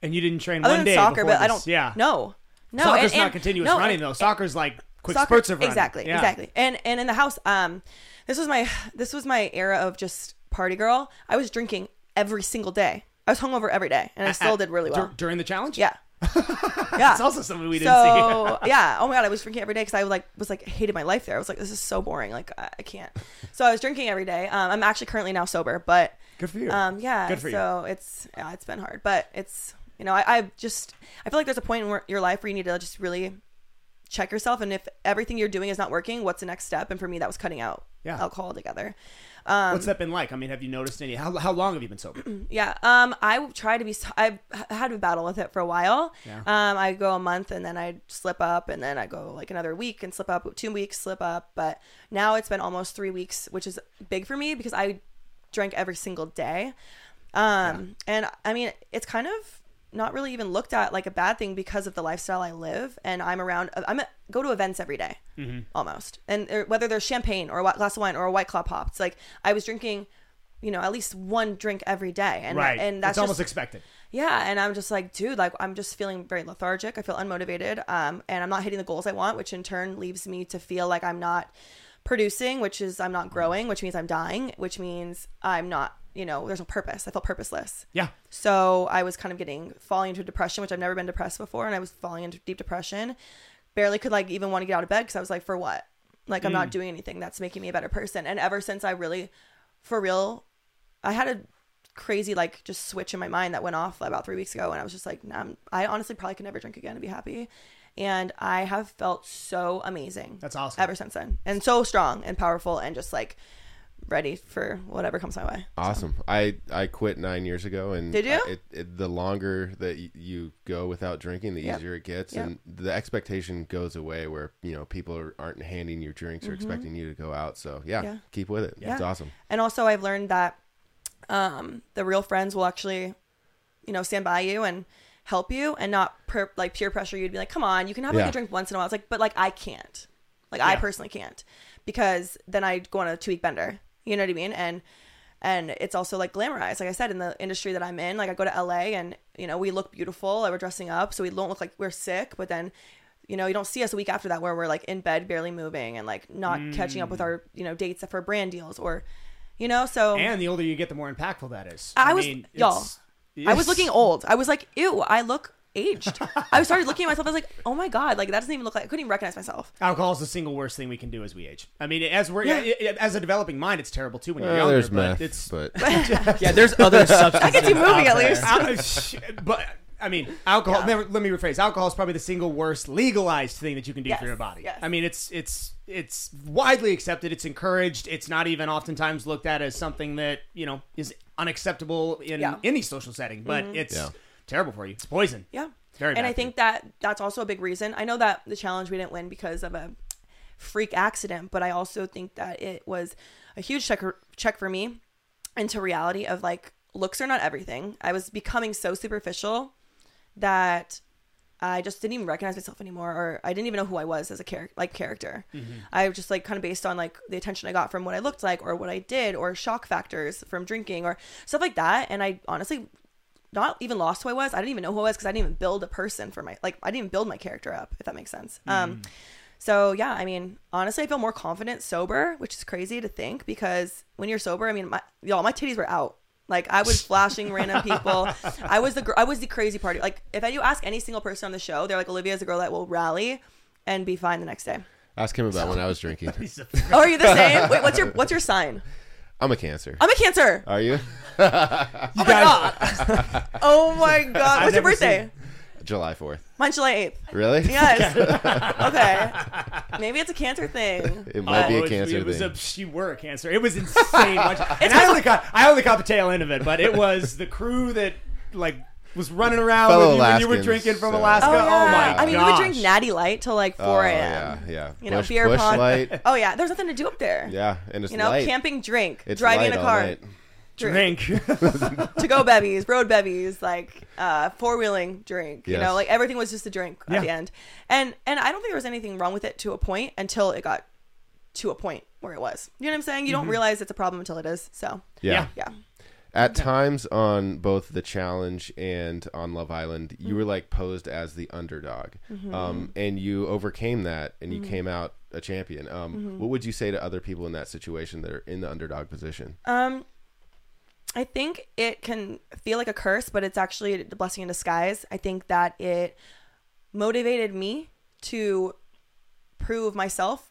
Speaker 1: And you didn't train
Speaker 2: other
Speaker 1: one
Speaker 2: than
Speaker 1: day
Speaker 2: soccer.
Speaker 1: before
Speaker 2: But I
Speaker 1: this.
Speaker 2: don't.
Speaker 1: Yeah.
Speaker 2: No. No.
Speaker 1: Soccer's
Speaker 2: and-
Speaker 1: not
Speaker 2: and-
Speaker 1: continuous
Speaker 2: no,
Speaker 1: running
Speaker 2: and-
Speaker 1: though. Soccer's like quick
Speaker 2: soccer-
Speaker 1: spurts of running.
Speaker 2: Exactly,
Speaker 1: Yeah.
Speaker 2: exactly. And and in the house, um, this was my this was my era of just party girl. I was drinking every single day. I was hungover every day, and I still
Speaker 1: At-
Speaker 2: did really
Speaker 1: dur-
Speaker 2: well.
Speaker 1: during the challenge.
Speaker 2: yeah, yeah.
Speaker 1: That's also something we didn't see.
Speaker 2: so yeah oh my god i was drinking every day because i like was like hated my life there i was like this is so boring like i, I can't so i was drinking every day um, i'm actually currently now sober but
Speaker 1: Good for you.
Speaker 2: um yeah
Speaker 1: Good for you.
Speaker 2: so it's yeah, it's been hard but it's you know I, I just i feel like there's a point in where- your life where you need to just really check yourself and if everything you're doing is not working what's the next step and for me that was cutting out
Speaker 1: Yeah.
Speaker 2: alcohol altogether um
Speaker 1: What's that been like? I mean, have you noticed any? How, how long have you been sober?
Speaker 2: yeah. Um, I try to be. I had a battle with it for a while.
Speaker 1: Yeah.
Speaker 2: Um, I go a month and then I slip up, and then I go like another week and slip up, two weeks, slip up. But now it's been almost three weeks, which is big for me because I drank every single day. Um, and I mean, it's kind of not really even looked at like a bad thing because of the lifestyle I live, and I'm around. I'm at, go to events every day,
Speaker 1: Mm-hmm.
Speaker 2: almost, and uh, whether there's champagne or a wh- glass of wine or a white claw pop, it's like I was drinking. You know, at least one drink every day, and
Speaker 1: right.
Speaker 2: and that's
Speaker 1: it's almost
Speaker 2: just-
Speaker 1: expected.
Speaker 2: yeah, and I'm just like, dude, like I'm just feeling very lethargic. I feel unmotivated, um, and I'm not hitting the goals I want, which in turn leaves me to feel like I'm not producing, which is I'm not growing, which means I'm dying, which means I'm not, you know, there's no purpose. I felt purposeless.
Speaker 1: Yeah.
Speaker 2: So I was kind of getting falling into depression, which I've never been depressed before, and I was falling into deep depression. Barely could like even want to get out of bed because I was like, for what? Like I'm not
Speaker 1: Mm.
Speaker 2: doing anything that's making me a better person. And ever since I really, for real, I had a crazy like just switch in my mind that went off about three weeks ago, and I was just like, nah, I'm- I honestly probably could never drink again and be happy. And I have felt so amazing.
Speaker 1: That's awesome.
Speaker 2: Ever since then, and so strong and powerful, and just like ready for whatever comes my way.
Speaker 4: awesome. I I quit nine years ago, and
Speaker 2: Did you?
Speaker 4: I- it, it, the longer that y- you go without drinking, the
Speaker 2: Yep.
Speaker 4: easier it gets,
Speaker 2: Yep.
Speaker 4: and the expectation goes away. Where you know people are, aren't handing you drinks or expecting you to go out. So yeah,
Speaker 2: Mm-hmm. Yeah.
Speaker 4: keep with it. It's
Speaker 2: Yeah.
Speaker 4: awesome.
Speaker 2: And also, I've learned that um, the real friends will actually, you know, stand by you and help you, and not per- like peer pressure you to be like, "Come on, you can have like
Speaker 4: Yeah.
Speaker 2: a drink once in a while." It's like, but like I can't, like I
Speaker 1: Yeah.
Speaker 2: personally can't, because then I go on a two week bender. You know what I mean? And and it's also like glamorized like i said in the industry that i'm in like i go to la and you know we look beautiful like we're dressing up so we don't look like we're sick but then you know you don't see us a week after that where we're like in bed barely moving and like not catching up with
Speaker 1: Mm.
Speaker 2: our you know dates for brand deals or you know so
Speaker 1: And the older you get, the more impactful that is.
Speaker 2: I was-
Speaker 1: mean,
Speaker 2: y'all,
Speaker 1: it's-
Speaker 2: I was looking old. I was like, ew, I look aged. I started looking at myself. I was like, oh my god, like that doesn't even look like I couldn't even recognize myself.
Speaker 1: Alcohol is the single worst thing we can do as we age. I mean, as we're
Speaker 2: Yeah.
Speaker 1: i- i- as a developing mind, it's terrible too when you're
Speaker 4: Well,
Speaker 1: younger.
Speaker 4: Uh, there's
Speaker 1: but
Speaker 4: meth,
Speaker 1: it's
Speaker 4: but
Speaker 3: Yeah, there's other substances.
Speaker 2: I can see moving at
Speaker 3: out there.
Speaker 2: least.
Speaker 1: Al- sh- but I mean, alcohol.
Speaker 2: Yeah.
Speaker 1: Never, let me rephrase. Alcohol is probably the single worst legalized thing that you can do
Speaker 2: Yes,
Speaker 1: for your body.
Speaker 2: yes.
Speaker 1: I mean, it's it's it's widely accepted. It's encouraged. It's not even oftentimes looked at as something that you know is unacceptable in
Speaker 2: Yeah.
Speaker 1: any social setting. But it's
Speaker 4: Yeah.
Speaker 1: terrible for you. It's poison.
Speaker 2: Yeah.
Speaker 1: Very
Speaker 2: and
Speaker 1: bad
Speaker 2: I
Speaker 1: for
Speaker 2: think that that's also a big reason. I know that the challenge we didn't win because of a freak accident, but I also think that it was a huge check check for me into reality of like looks are not everything. I was becoming so superficial that I just didn't even recognize myself anymore, or I didn't even know who I was as a character, like character. I was just like kind of based on like the attention I got from what I looked like, or what I did, or shock factors from drinking, or stuff like that. And I honestly not even lost who I was. I didn't even know who I was because I didn't even build a person for my like I didn't even build my character up, if that makes sense.
Speaker 1: Mm-hmm.
Speaker 2: Um so yeah, I mean, honestly I feel more confident sober, which is crazy to think because when you're sober, I mean my y'all, my titties were out. Like I was flashing random people. I was the gr- I was the crazy party. Like if you ask any single person on the show, they're like Olivia's a girl that will rally and be fine the next day.
Speaker 4: ask him about when I was drinking.
Speaker 2: Oh, are you the same? Wait, what's your what's your sign?
Speaker 4: I'm a cancer.
Speaker 2: I'm a cancer.
Speaker 4: Are you?
Speaker 1: you guys.
Speaker 2: Oh my god. What's your
Speaker 1: never
Speaker 2: birthday?
Speaker 4: July 4th.
Speaker 2: Mine's July eighth.
Speaker 4: Really?
Speaker 2: Yes. okay. Maybe it's a cancer thing.
Speaker 4: It might be
Speaker 1: Oh,
Speaker 4: a
Speaker 1: it-
Speaker 4: cancer
Speaker 1: it was
Speaker 4: thing.
Speaker 1: A, she were a cancer. It was insane. Much, and I only got I only caught the tail end of it, but it was the crew that like was running around
Speaker 4: Fellow
Speaker 1: with you when you were
Speaker 4: Alaskans,
Speaker 1: drinking from
Speaker 4: so-
Speaker 1: Alaska.
Speaker 2: Oh,
Speaker 1: Oh,
Speaker 2: yeah.
Speaker 1: my
Speaker 2: I mean,
Speaker 1: gosh.
Speaker 2: we would drink Natty Light till like 4
Speaker 4: Oh,
Speaker 2: a.m.
Speaker 4: yeah, yeah.
Speaker 2: You know,
Speaker 4: Bush-
Speaker 2: beer
Speaker 4: Bush
Speaker 2: pong.
Speaker 4: light.
Speaker 2: Oh, yeah. There's nothing to do up there.
Speaker 4: Yeah, and it's
Speaker 2: You know,
Speaker 4: light.
Speaker 2: camping, drink,
Speaker 4: it's
Speaker 2: driving
Speaker 4: light
Speaker 2: in a
Speaker 4: all
Speaker 2: car,
Speaker 4: night.
Speaker 1: drink.
Speaker 2: to go bevies, road bevies, like uh, four wheeling, drink. You
Speaker 4: Yes.
Speaker 2: know, like everything was just a drink at
Speaker 1: Yeah.
Speaker 2: the end. And and I don't think there was anything wrong with it to a point until it got to a point where it was. You know what I'm saying?
Speaker 1: Mm-hmm.
Speaker 2: You don't realize it's a problem until it is. So
Speaker 4: Yeah.
Speaker 1: Yeah.
Speaker 2: yeah,
Speaker 4: At times on both the challenge and on Love Island, you
Speaker 1: Mm-hmm.
Speaker 4: were like posed as the underdog, um, and you overcame that, and you
Speaker 1: Mm-hmm.
Speaker 4: came out a champion. Um, What would you say to other people in that situation that are in the underdog position?
Speaker 1: Uh,
Speaker 2: Um, I think it can feel like a curse, but it's actually a blessing in disguise. I think that it motivated me to prove myself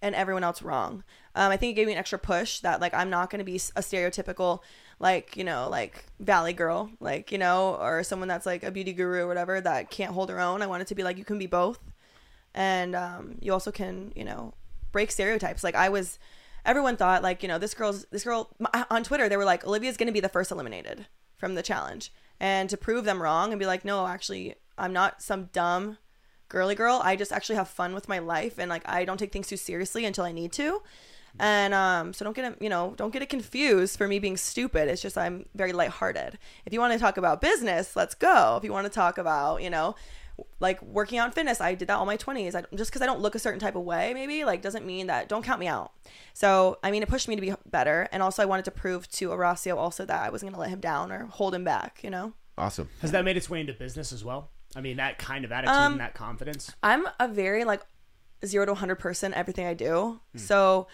Speaker 2: and everyone else wrong. Um, I think it gave me an extra push that like I'm not going to be s- a stereotypical like you know like valley girl like you know or someone that's like a beauty guru or whatever that can't hold her own. I wanted to be like you can be both, and um, you also can you know break stereotypes. Like I was, everyone thought like you know this girl's this girl m- on Twitter they were like Olivia's going to be the first eliminated from the challenge, and to prove them wrong and be like no actually I'm not some dumb girly girl. I just actually have fun with my life and like I don't take things too seriously until I need to. And um, so don't get it, you know, don't get it confused for me being stupid. It's just I'm very lighthearted. If you want to talk about business, let's go. If you want to talk about, you know, like working out and fitness, I did that all my 20s. I, just because I don't look a certain type of way, maybe, like, doesn't mean that don't count me out. So, I mean, it pushed me to be better. And also, I wanted to prove to Horacio also that I wasn't going to let him down or hold him back, you know?
Speaker 4: Awesome.
Speaker 1: Has that made its way into business as well? I mean, that kind of attitude
Speaker 2: Um,
Speaker 1: and that confidence.
Speaker 2: I'm a very like zero to 100 person everything I do. So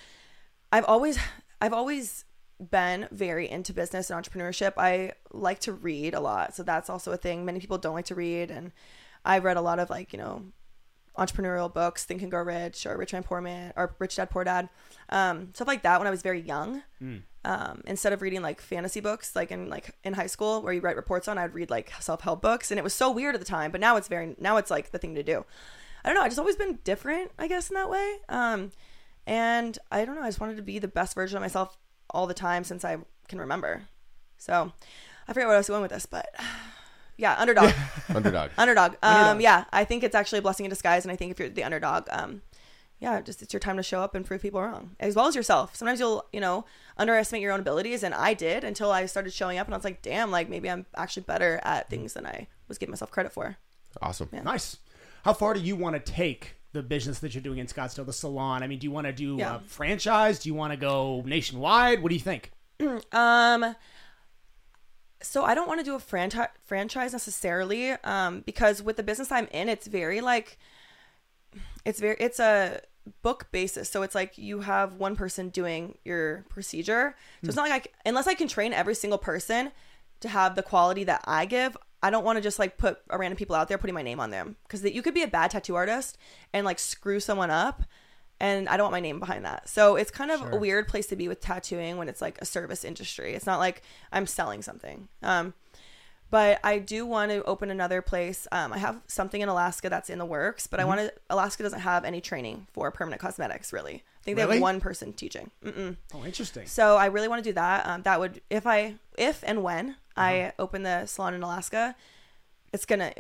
Speaker 2: I've always I've always been very into business and entrepreneurship. I like to read a lot. So that's also a thing many people don't like to read and I've read a lot of like, you know, entrepreneurial books, Think and Grow Rich or Rich Man Poor Man or Rich Dad Poor Dad. Um stuff like that when I was very young. Um, instead of reading like fantasy books, like in like in high school where you write reports on, I would read like self help books, and it was so weird at the time. But now it's very now it's like the thing to do. I don't know. I just always been different, I guess, in that way. Um, and I don't know. I just wanted to be the best version of myself all the time since I can remember. So I forget what I was going with this, but yeah, underdog,
Speaker 4: Underdog.
Speaker 2: underdog. Um, yeah, I think it's actually a blessing in disguise, and I think if you're the underdog, um, yeah, just it's your time to show up and prove people wrong as well as yourself. Sometimes you'll you know underestimate your own abilities, and I did until I started showing up, and I was like, damn, like maybe I'm actually better at things than I was giving myself credit for.
Speaker 4: Awesome.
Speaker 1: Nice. How far do you want to take the business that you're doing in Scottsdale, the salon? I mean, do you want to do
Speaker 2: Yeah.
Speaker 1: a franchise? Do you want to go nationwide? What do you think?
Speaker 2: um so I don't want to do a franchise franchise necessarily um because with the business I'm in it's very like it's very it's a book basis so it's like you have one person doing your procedure so it's not like I, c- unless I can train every single person to have the quality that I give I don't want to just like put a random people out there putting my name on them because you could be a bad tattoo artist and like screw someone up and I don't want my name behind that so it's kind of a weird place to be with tattooing when it's like a service industry it's not like I'm selling something um but I do want to open another place. Um, I have something in Alaska that's in the works,
Speaker 1: Mm-hmm.
Speaker 2: but I want to. Alaska doesn't have any training for permanent cosmetics, really. I think they
Speaker 1: Really?
Speaker 2: have one person teaching. Mm-mm.
Speaker 1: Oh, interesting.
Speaker 2: So I really want to do that. Um, that would, if I, if and when
Speaker 1: Uh-huh.
Speaker 2: I open the salon in Alaska, it's gonna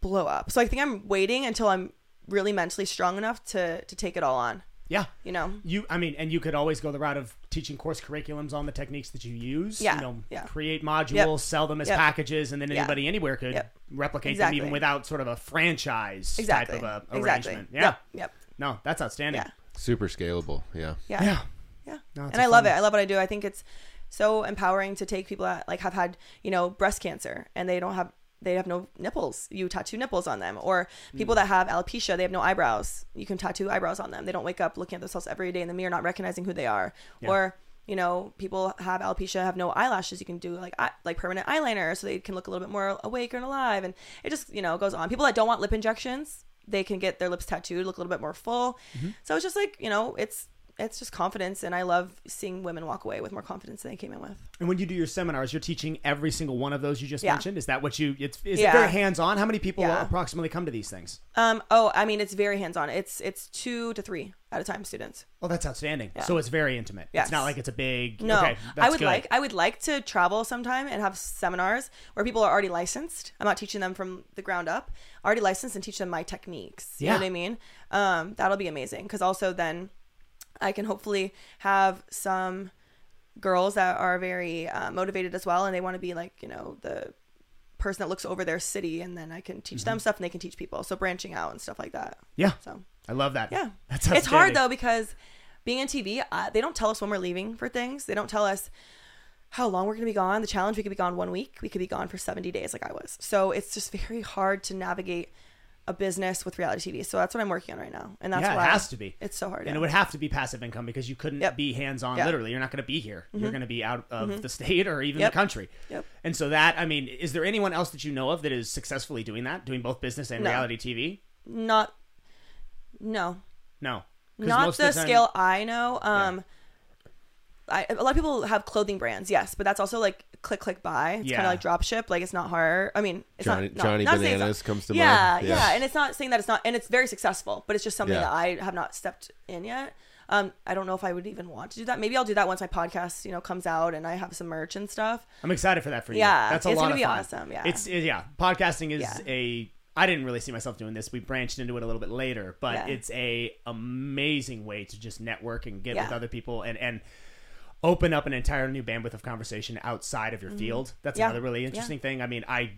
Speaker 2: blow up. So I think I'm waiting until I'm really mentally strong enough to to take it all on.
Speaker 1: Yeah.
Speaker 2: You know,
Speaker 1: You, I mean, and you could always go the route of teaching course curriculums on the techniques that you use.
Speaker 2: Yeah,
Speaker 1: You know,
Speaker 2: yeah.
Speaker 1: create modules,
Speaker 2: Yep.
Speaker 1: sell them as
Speaker 2: Yep.
Speaker 1: packages, and then
Speaker 2: Yeah.
Speaker 1: anybody anywhere could
Speaker 2: Yep.
Speaker 1: replicate them even
Speaker 2: Exactly.
Speaker 1: without sort of a franchise
Speaker 2: exactly,
Speaker 1: type of a
Speaker 2: exactly.
Speaker 1: arrangement. Yeah.
Speaker 2: Yep. Yep.
Speaker 1: No, that's outstanding.
Speaker 2: Yeah.
Speaker 4: Super scalable. Yeah.
Speaker 2: Yeah.
Speaker 1: Yeah.
Speaker 2: Yeah.
Speaker 1: No, it's
Speaker 2: and
Speaker 1: a
Speaker 2: I love
Speaker 1: fun-
Speaker 2: it. I love what I do. I think it's so empowering to take people that like have had, you know, breast cancer and they don't have they have no nipples. You tattoo nipples on them. Or people
Speaker 1: Hmm.
Speaker 2: that have alopecia, they have no eyebrows. You can tattoo eyebrows on them. They don't wake up looking at themselves every day in the mirror, not recognizing who they are. Or you know, people have alopecia, have no eyelashes. You can do like eye, like permanent eyeliner, so they can look a little bit more awake and alive. And it just you know goes on. People that don't want lip injections, they can get their lips tattooed, look a little bit more full.
Speaker 1: Mm-hmm.
Speaker 2: So it's just like you know, it's it's just confidence and i love seeing women walk away with more confidence than they came in with
Speaker 1: And when you do your seminars, you're teaching every single one of those you just
Speaker 2: Yeah.
Speaker 1: mentioned. Is that what you? It's is it
Speaker 2: Yeah.
Speaker 1: very hands on? How many people
Speaker 2: Yeah.
Speaker 1: approximately come to these things?
Speaker 2: um oh i mean it's very hands-on it's it's two to three at a time students
Speaker 1: Oh, that's outstanding. So it's very intimate. It's
Speaker 2: Yes.
Speaker 1: not like it's a big.
Speaker 2: no
Speaker 1: okay, that's
Speaker 2: i would
Speaker 1: good.
Speaker 2: like i would like to travel sometime and have seminars where people are already licensed i'm not teaching them from the ground up already licensed and teach them my techniques you
Speaker 1: Yeah.
Speaker 2: know what i mean um that'll be amazing because also then i can hopefully have some girls that are very uh, motivated as well and they want to be like you know the person that looks over their city and then i can teach
Speaker 1: Mm-hmm.
Speaker 2: them stuff and they can teach people so branching out and stuff like that
Speaker 1: Yeah.
Speaker 2: so
Speaker 1: I love that.
Speaker 2: yeah
Speaker 1: That's
Speaker 2: it's hard
Speaker 1: outstanding.
Speaker 2: though because being in tv uh, they don't tell us when we're leaving for things they don't tell us how long we're going to be gone the challenge we could be gone one week we could be gone for 70 days like i was so it's just very hard to navigate a business with reality tv so that's what i'm working on right now and that's
Speaker 1: Yeah, it
Speaker 2: why
Speaker 1: has to be.
Speaker 2: it's so hard
Speaker 1: And
Speaker 2: yeah.
Speaker 1: it would have to be passive income because you couldn't
Speaker 2: Yep.
Speaker 1: be hands on.
Speaker 2: Yeah.
Speaker 1: Literally, you're not going to be here. You're going to be out of the state or even
Speaker 2: Yep.
Speaker 1: the country.
Speaker 2: Yep.
Speaker 1: And so that, I mean, is there anyone else that you know of that is successfully doing that, doing both business and
Speaker 2: No.
Speaker 1: reality TV?
Speaker 2: not no
Speaker 1: No, 'Cause
Speaker 2: not
Speaker 1: most
Speaker 2: the
Speaker 1: of time-
Speaker 2: scale I know. Um, I, a lot of people have clothing brands, yes, but that's also like click, click, buy. It's kind
Speaker 1: Yeah.
Speaker 2: of like drop ship. Like it's not hard. I mean, it's
Speaker 4: Johnny-
Speaker 2: not, not
Speaker 4: Johnny
Speaker 2: not saying it's
Speaker 4: Bananas
Speaker 2: not-
Speaker 4: comes to
Speaker 2: yeah,
Speaker 4: mind.
Speaker 2: Yeah,
Speaker 4: Yeah.
Speaker 2: and it's not saying that it's not, and it's very successful, but it's just something
Speaker 4: Yeah.
Speaker 2: that I have not stepped in yet. Um, I don't know if I would even want to do that. Maybe I'll do that once my podcast, you know, comes out and I have some merch and stuff.
Speaker 1: I'm excited for that for you.
Speaker 2: Yeah,
Speaker 1: that's a
Speaker 2: it's
Speaker 1: lot
Speaker 2: gonna
Speaker 1: of
Speaker 2: be
Speaker 1: fun.
Speaker 2: awesome, yeah.
Speaker 1: it's yeah. Podcasting is
Speaker 2: Yeah.
Speaker 1: a. I didn't really see myself doing this. We branched into it a little bit later, but
Speaker 2: Yeah.
Speaker 1: it's a amazing way to just network and get with
Speaker 2: Yeah.
Speaker 1: other people and and open up an entire new bandwidth of conversation outside of your field. That's
Speaker 2: Mm-hmm. Yeah.
Speaker 1: another really
Speaker 2: Yeah.
Speaker 1: interesting thing. I mean, I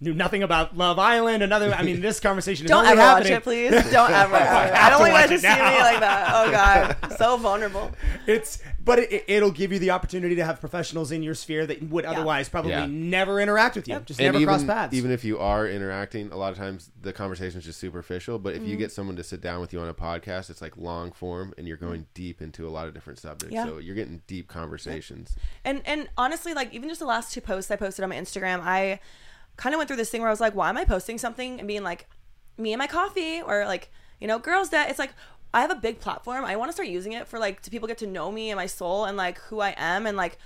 Speaker 1: knew nothing about Love Island. Another, I mean, this conversation is
Speaker 2: Don't
Speaker 1: only
Speaker 2: ever
Speaker 1: happening.
Speaker 2: watch it, please. Don't ever. ever.
Speaker 1: to
Speaker 2: I don't want you
Speaker 1: watch
Speaker 2: guys to
Speaker 1: it
Speaker 2: see
Speaker 1: now.
Speaker 2: me like that. Oh god, I'm so vulnerable.
Speaker 1: It's but it, it'll give you the opportunity to have professionals in your sphere that would otherwise probably
Speaker 4: Yeah.
Speaker 1: never interact with you, just never
Speaker 4: even,
Speaker 1: cross paths.
Speaker 4: even if you are interacting, a lot of times the conversation is just superficial. But if
Speaker 1: Mm-hmm.
Speaker 4: you get someone to sit down with you on a podcast, it's like long form, and
Speaker 1: Mm-hmm.
Speaker 4: you're going deep into a lot of different subjects.
Speaker 2: Yeah.
Speaker 4: So you're getting deep conversations.
Speaker 2: and and honestly like even just the last two posts i posted on my instagram i kind of went through this thing where i was like why am i posting something and being like me and my coffee or like you know girls that it's like i have a big platform i want to start using it for like to people get to know me and my soul and like who i am and like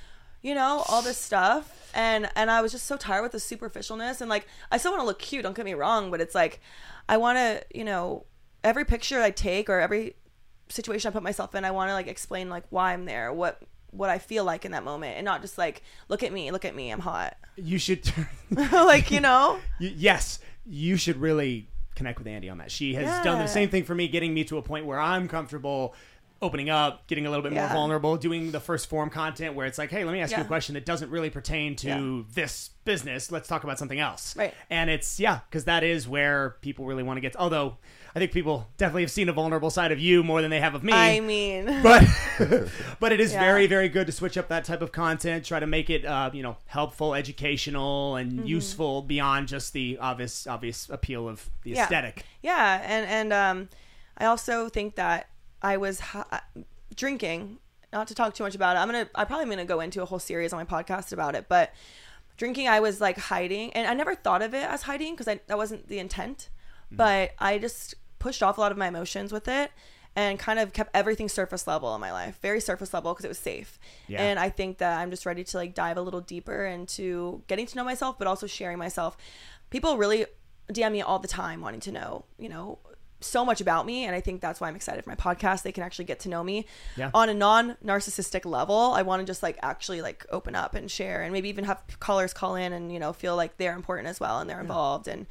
Speaker 2: you know all this stuff and and i was just so tired with the superficialness and like i still want to look cute don't get me wrong but it's like i want to you know every picture i take or every situation I put myself in, I want to like explain like why I'm there, what what I feel like in that moment, and not just like look at me, look at me, I'm hot.
Speaker 1: you should.
Speaker 2: like you know,
Speaker 1: Y- yes, you should really connect with Andy on that. She has done
Speaker 2: Yeah.
Speaker 1: the same thing for me, getting me to a point where I'm comfortable opening up, getting a little bit more
Speaker 2: Yeah.
Speaker 1: vulnerable, doing the first form content where it's like, hey, let me ask you a
Speaker 2: Yeah.
Speaker 1: question that doesn't really pertain to
Speaker 2: Yeah.
Speaker 1: this business. Let's talk about something else.
Speaker 2: Right.
Speaker 1: And it's, yeah, because that is where people really want to get. Although I think people definitely have seen the vulnerable side of you more than they have of me
Speaker 2: I mean,
Speaker 1: but but it is
Speaker 2: Yeah.
Speaker 1: very very good to switch up that type of content try to make it uh, you know helpful educational and
Speaker 2: Mm-hmm.
Speaker 1: useful beyond just the obvious obvious appeal of the
Speaker 2: Yeah.
Speaker 1: aesthetic
Speaker 2: yeah, and and um, I also think that I was hi- drinking. Not to talk too much about it. I'm gonna. I probably am gonna go into a whole series on my podcast about it. But drinking, I was like hiding, and I never thought of it as hiding because that wasn't the intent. But I just pushed off a lot of my emotions with it, and kind of kept everything surface level in my life, very surface level because it was safe.
Speaker 1: Yeah.
Speaker 2: And I think that I'm just ready to like dive a little deeper into getting to know myself, but also sharing myself. People really DM me all the time wanting to know, you know, so much about me. And I think that's why I'm excited for my podcast. They can actually get to know me
Speaker 1: Yeah.
Speaker 2: on a non narcissistic level. I want to just like actually like open up and share and maybe even have callers call in and, you know, feel like they're important as well and they're involved. And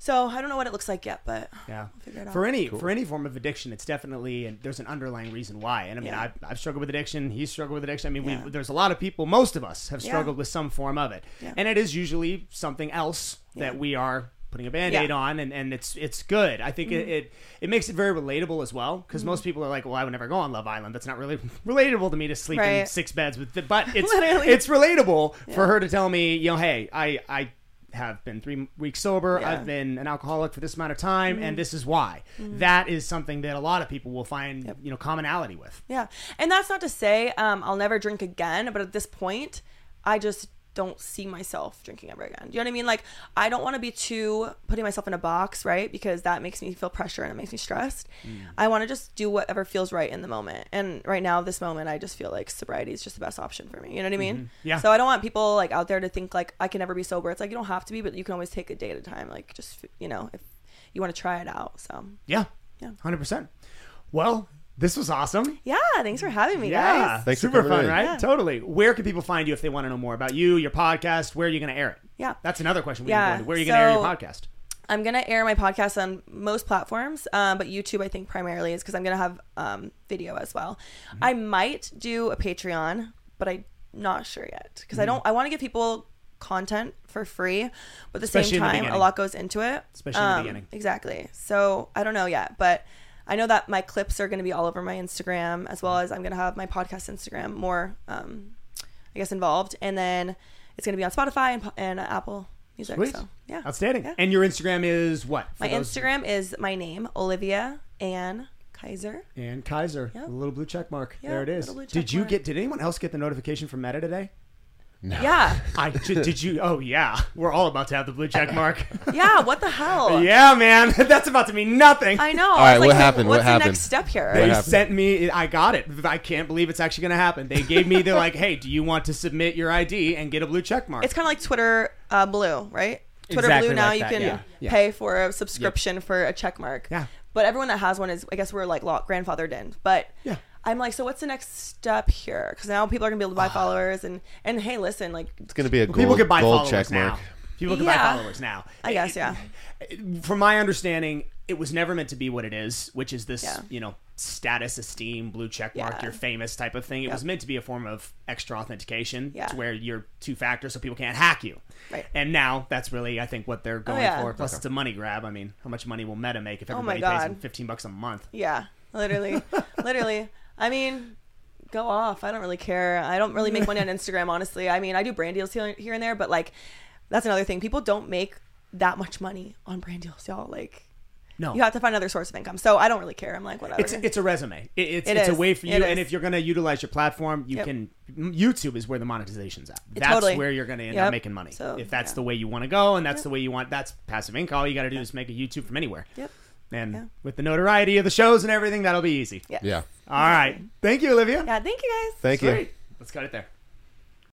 Speaker 2: so I don't know what it looks like yet, but
Speaker 1: yeah
Speaker 2: figure it out.
Speaker 1: for any for any form of addiction it's definitely and there's an underlying reason why and i mean
Speaker 2: Yeah.
Speaker 1: I've, I've struggled with addiction he's struggled with addiction i mean
Speaker 2: Yeah.
Speaker 1: we, there's a lot of people most of us have
Speaker 2: Yeah.
Speaker 1: struggled with some form of it
Speaker 2: Yeah.
Speaker 1: and it is usually something else that
Speaker 2: Yeah.
Speaker 1: we are putting a band-aid
Speaker 2: Yeah. Mm-hmm.
Speaker 1: on and, and it's it's good i think it, it it makes it very relatable as well because most people are like well i would never go on love island that's not really relatable to me to sleep in
Speaker 2: Right.
Speaker 1: six beds with the, but it's
Speaker 2: Literally.
Speaker 1: it's relatable for her to tell me you know hey i i have been three weeks sober
Speaker 2: Yeah. Mm-hmm.
Speaker 1: i've been an alcoholic for this amount of time and this is why that is something that a lot of people will find you know commonality with
Speaker 2: Yeah. And that's not to say um, I'll never drink again, but at this point, I just don't see myself drinking ever again. Do you know what I mean? Like, I don't want to be too putting myself in a box, right? Because that makes me feel pressure and it makes me stressed.
Speaker 1: Mm.
Speaker 2: I want to just do whatever feels right in the moment. And right now, this moment, I just feel like sobriety is just the best option for me. You know what I mean?
Speaker 1: Mm-hmm. Yeah.
Speaker 2: So I don't want people like out there to think like I can never be sober. It's like you don't have to be, but you can always take a day at a time. Like, just, you know, if you want to try it out. So,
Speaker 1: yeah
Speaker 2: Yeah.
Speaker 1: 100% well this was awesome
Speaker 2: yeah. Thanks for having me, guys.
Speaker 1: yeah
Speaker 4: Thanks for
Speaker 1: super
Speaker 4: coming
Speaker 1: fun
Speaker 4: in.
Speaker 1: right
Speaker 2: Yeah.
Speaker 1: totally where can people find you if they want to know more about you your podcast where are you going to air it
Speaker 2: Yeah.
Speaker 1: that's another question we
Speaker 2: Yeah,
Speaker 1: can go into. where are you going to air your
Speaker 2: so-
Speaker 1: podcast
Speaker 2: I'm gonna air my podcast on most platforms, um, but YouTube I think primarily is because I'm gonna have um, video as well.
Speaker 1: Mm-hmm.
Speaker 2: I might do a Patreon, but I'm not sure yet because I
Speaker 1: Mm-hmm.
Speaker 2: don't. I want to give people content for free, but at the
Speaker 1: Especially in
Speaker 2: same
Speaker 1: the
Speaker 2: time, a
Speaker 1: beginning.
Speaker 2: lot goes into it. Um,
Speaker 1: Especially in the beginning.
Speaker 2: Exactly. So I don't know yet, but I know that my clips are gonna be all over my Instagram as
Speaker 1: Mm-hmm.
Speaker 2: well as I'm gonna have my podcast Instagram more, um, I guess, involved, and then it's gonna be on Spotify and, and Apple Music.
Speaker 1: Sweet.
Speaker 2: So yeah.
Speaker 1: Outstanding.
Speaker 2: Yeah.
Speaker 1: And your Instagram is what? For
Speaker 2: My
Speaker 1: those-
Speaker 2: Instagram is my name, Olivia Ann Kaiser.
Speaker 1: And Kaiser.
Speaker 2: Yep.
Speaker 1: The little blue check mark.
Speaker 2: Yeah,
Speaker 1: there it is.
Speaker 2: little blue
Speaker 1: Did
Speaker 2: check
Speaker 1: you
Speaker 2: mark.
Speaker 1: get did anyone else get the notification from Meta today?
Speaker 2: Yeah.
Speaker 1: I did, did you oh yeah. We're all about to have the blue check mark.
Speaker 2: Yeah. What the hell?
Speaker 1: yeah, man. That's about to mean nothing.
Speaker 2: I know.
Speaker 4: All
Speaker 2: I
Speaker 4: right,
Speaker 2: was
Speaker 4: what
Speaker 2: like,
Speaker 4: happened?
Speaker 2: What's
Speaker 4: What
Speaker 2: the
Speaker 4: happened?
Speaker 2: next step here?
Speaker 1: they
Speaker 4: happened?
Speaker 1: sent me I got it. I can't believe it's actually gonna happen. They gave me they're like, hey, do you want to submit your ID and get a blue check mark?
Speaker 2: It's kind of like Twitter uh, Blue, right? Twitter
Speaker 1: Exactly
Speaker 2: Blue now
Speaker 1: like
Speaker 2: you
Speaker 1: that,
Speaker 2: can
Speaker 1: yeah. Yeah.
Speaker 2: pay for a subscription for a check mark.
Speaker 1: Yeah.
Speaker 2: But everyone that has one is, I guess, we're like lock, grandfathered in. But
Speaker 1: Yeah.
Speaker 2: I'm like, so what's the next step here? Because now people are gonna be able to
Speaker 1: Ah.
Speaker 2: buy followers and and hey, listen, like
Speaker 4: It's gonna be a
Speaker 1: People
Speaker 4: gold,
Speaker 1: can buy
Speaker 4: gold
Speaker 1: followers
Speaker 4: check
Speaker 1: now.
Speaker 4: mark.
Speaker 1: People can
Speaker 2: Yeah.
Speaker 1: buy followers now.
Speaker 2: I guess, yeah.
Speaker 1: From my understanding, it was never meant to be what it is, which is this,
Speaker 2: Yeah.
Speaker 1: you know, status, esteem, blue check mark,
Speaker 2: Yeah.
Speaker 1: you're famous type of thing. It was meant to be a form of extra authentication
Speaker 2: Yeah.
Speaker 1: to where you're two factor so people can't hack you.
Speaker 2: Right. Oh,
Speaker 1: And now that's really, I think, what they're going
Speaker 2: yeah. Oh,
Speaker 1: for. Plus, it's a money grab. I mean, how much money will Meta make if
Speaker 2: my
Speaker 1: everybody pays
Speaker 2: God.
Speaker 1: them 15 bucks a month?
Speaker 2: Yeah, literally, literally. I mean, go off. I don't really care. I don't really make money on Instagram, honestly. I mean, I do brand deals here, here and there, but like, that's another thing. People don't make that much money on brand deals, y'all. Like,
Speaker 1: No.
Speaker 2: you have to find another source of income. So I don't really care. I'm like, whatever.
Speaker 1: Oh. It's it's a resume. It, it's
Speaker 2: It
Speaker 1: it's a
Speaker 2: is.
Speaker 1: way for you.
Speaker 2: It
Speaker 1: and
Speaker 2: is.
Speaker 1: if you're gonna utilize your platform, you
Speaker 2: Yep.
Speaker 1: can. YouTube is where the monetization's at. That's
Speaker 2: totally-
Speaker 1: where you're gonna end up
Speaker 2: Yep.
Speaker 1: making money.
Speaker 2: So,
Speaker 1: if that's
Speaker 2: yeah.
Speaker 1: the way you want to go, and that's the way you want, that's passive income. All you got to do is make a YouTube from anywhere.
Speaker 2: Yep.
Speaker 1: And
Speaker 2: Yeah.
Speaker 1: with the notoriety of the shows and everything, that'll be easy.
Speaker 2: Yeah.
Speaker 4: Yeah.
Speaker 1: All right. Thank you, Olivia.
Speaker 2: Yeah. Thank you guys.
Speaker 4: Thank you.
Speaker 1: Let's cut it there.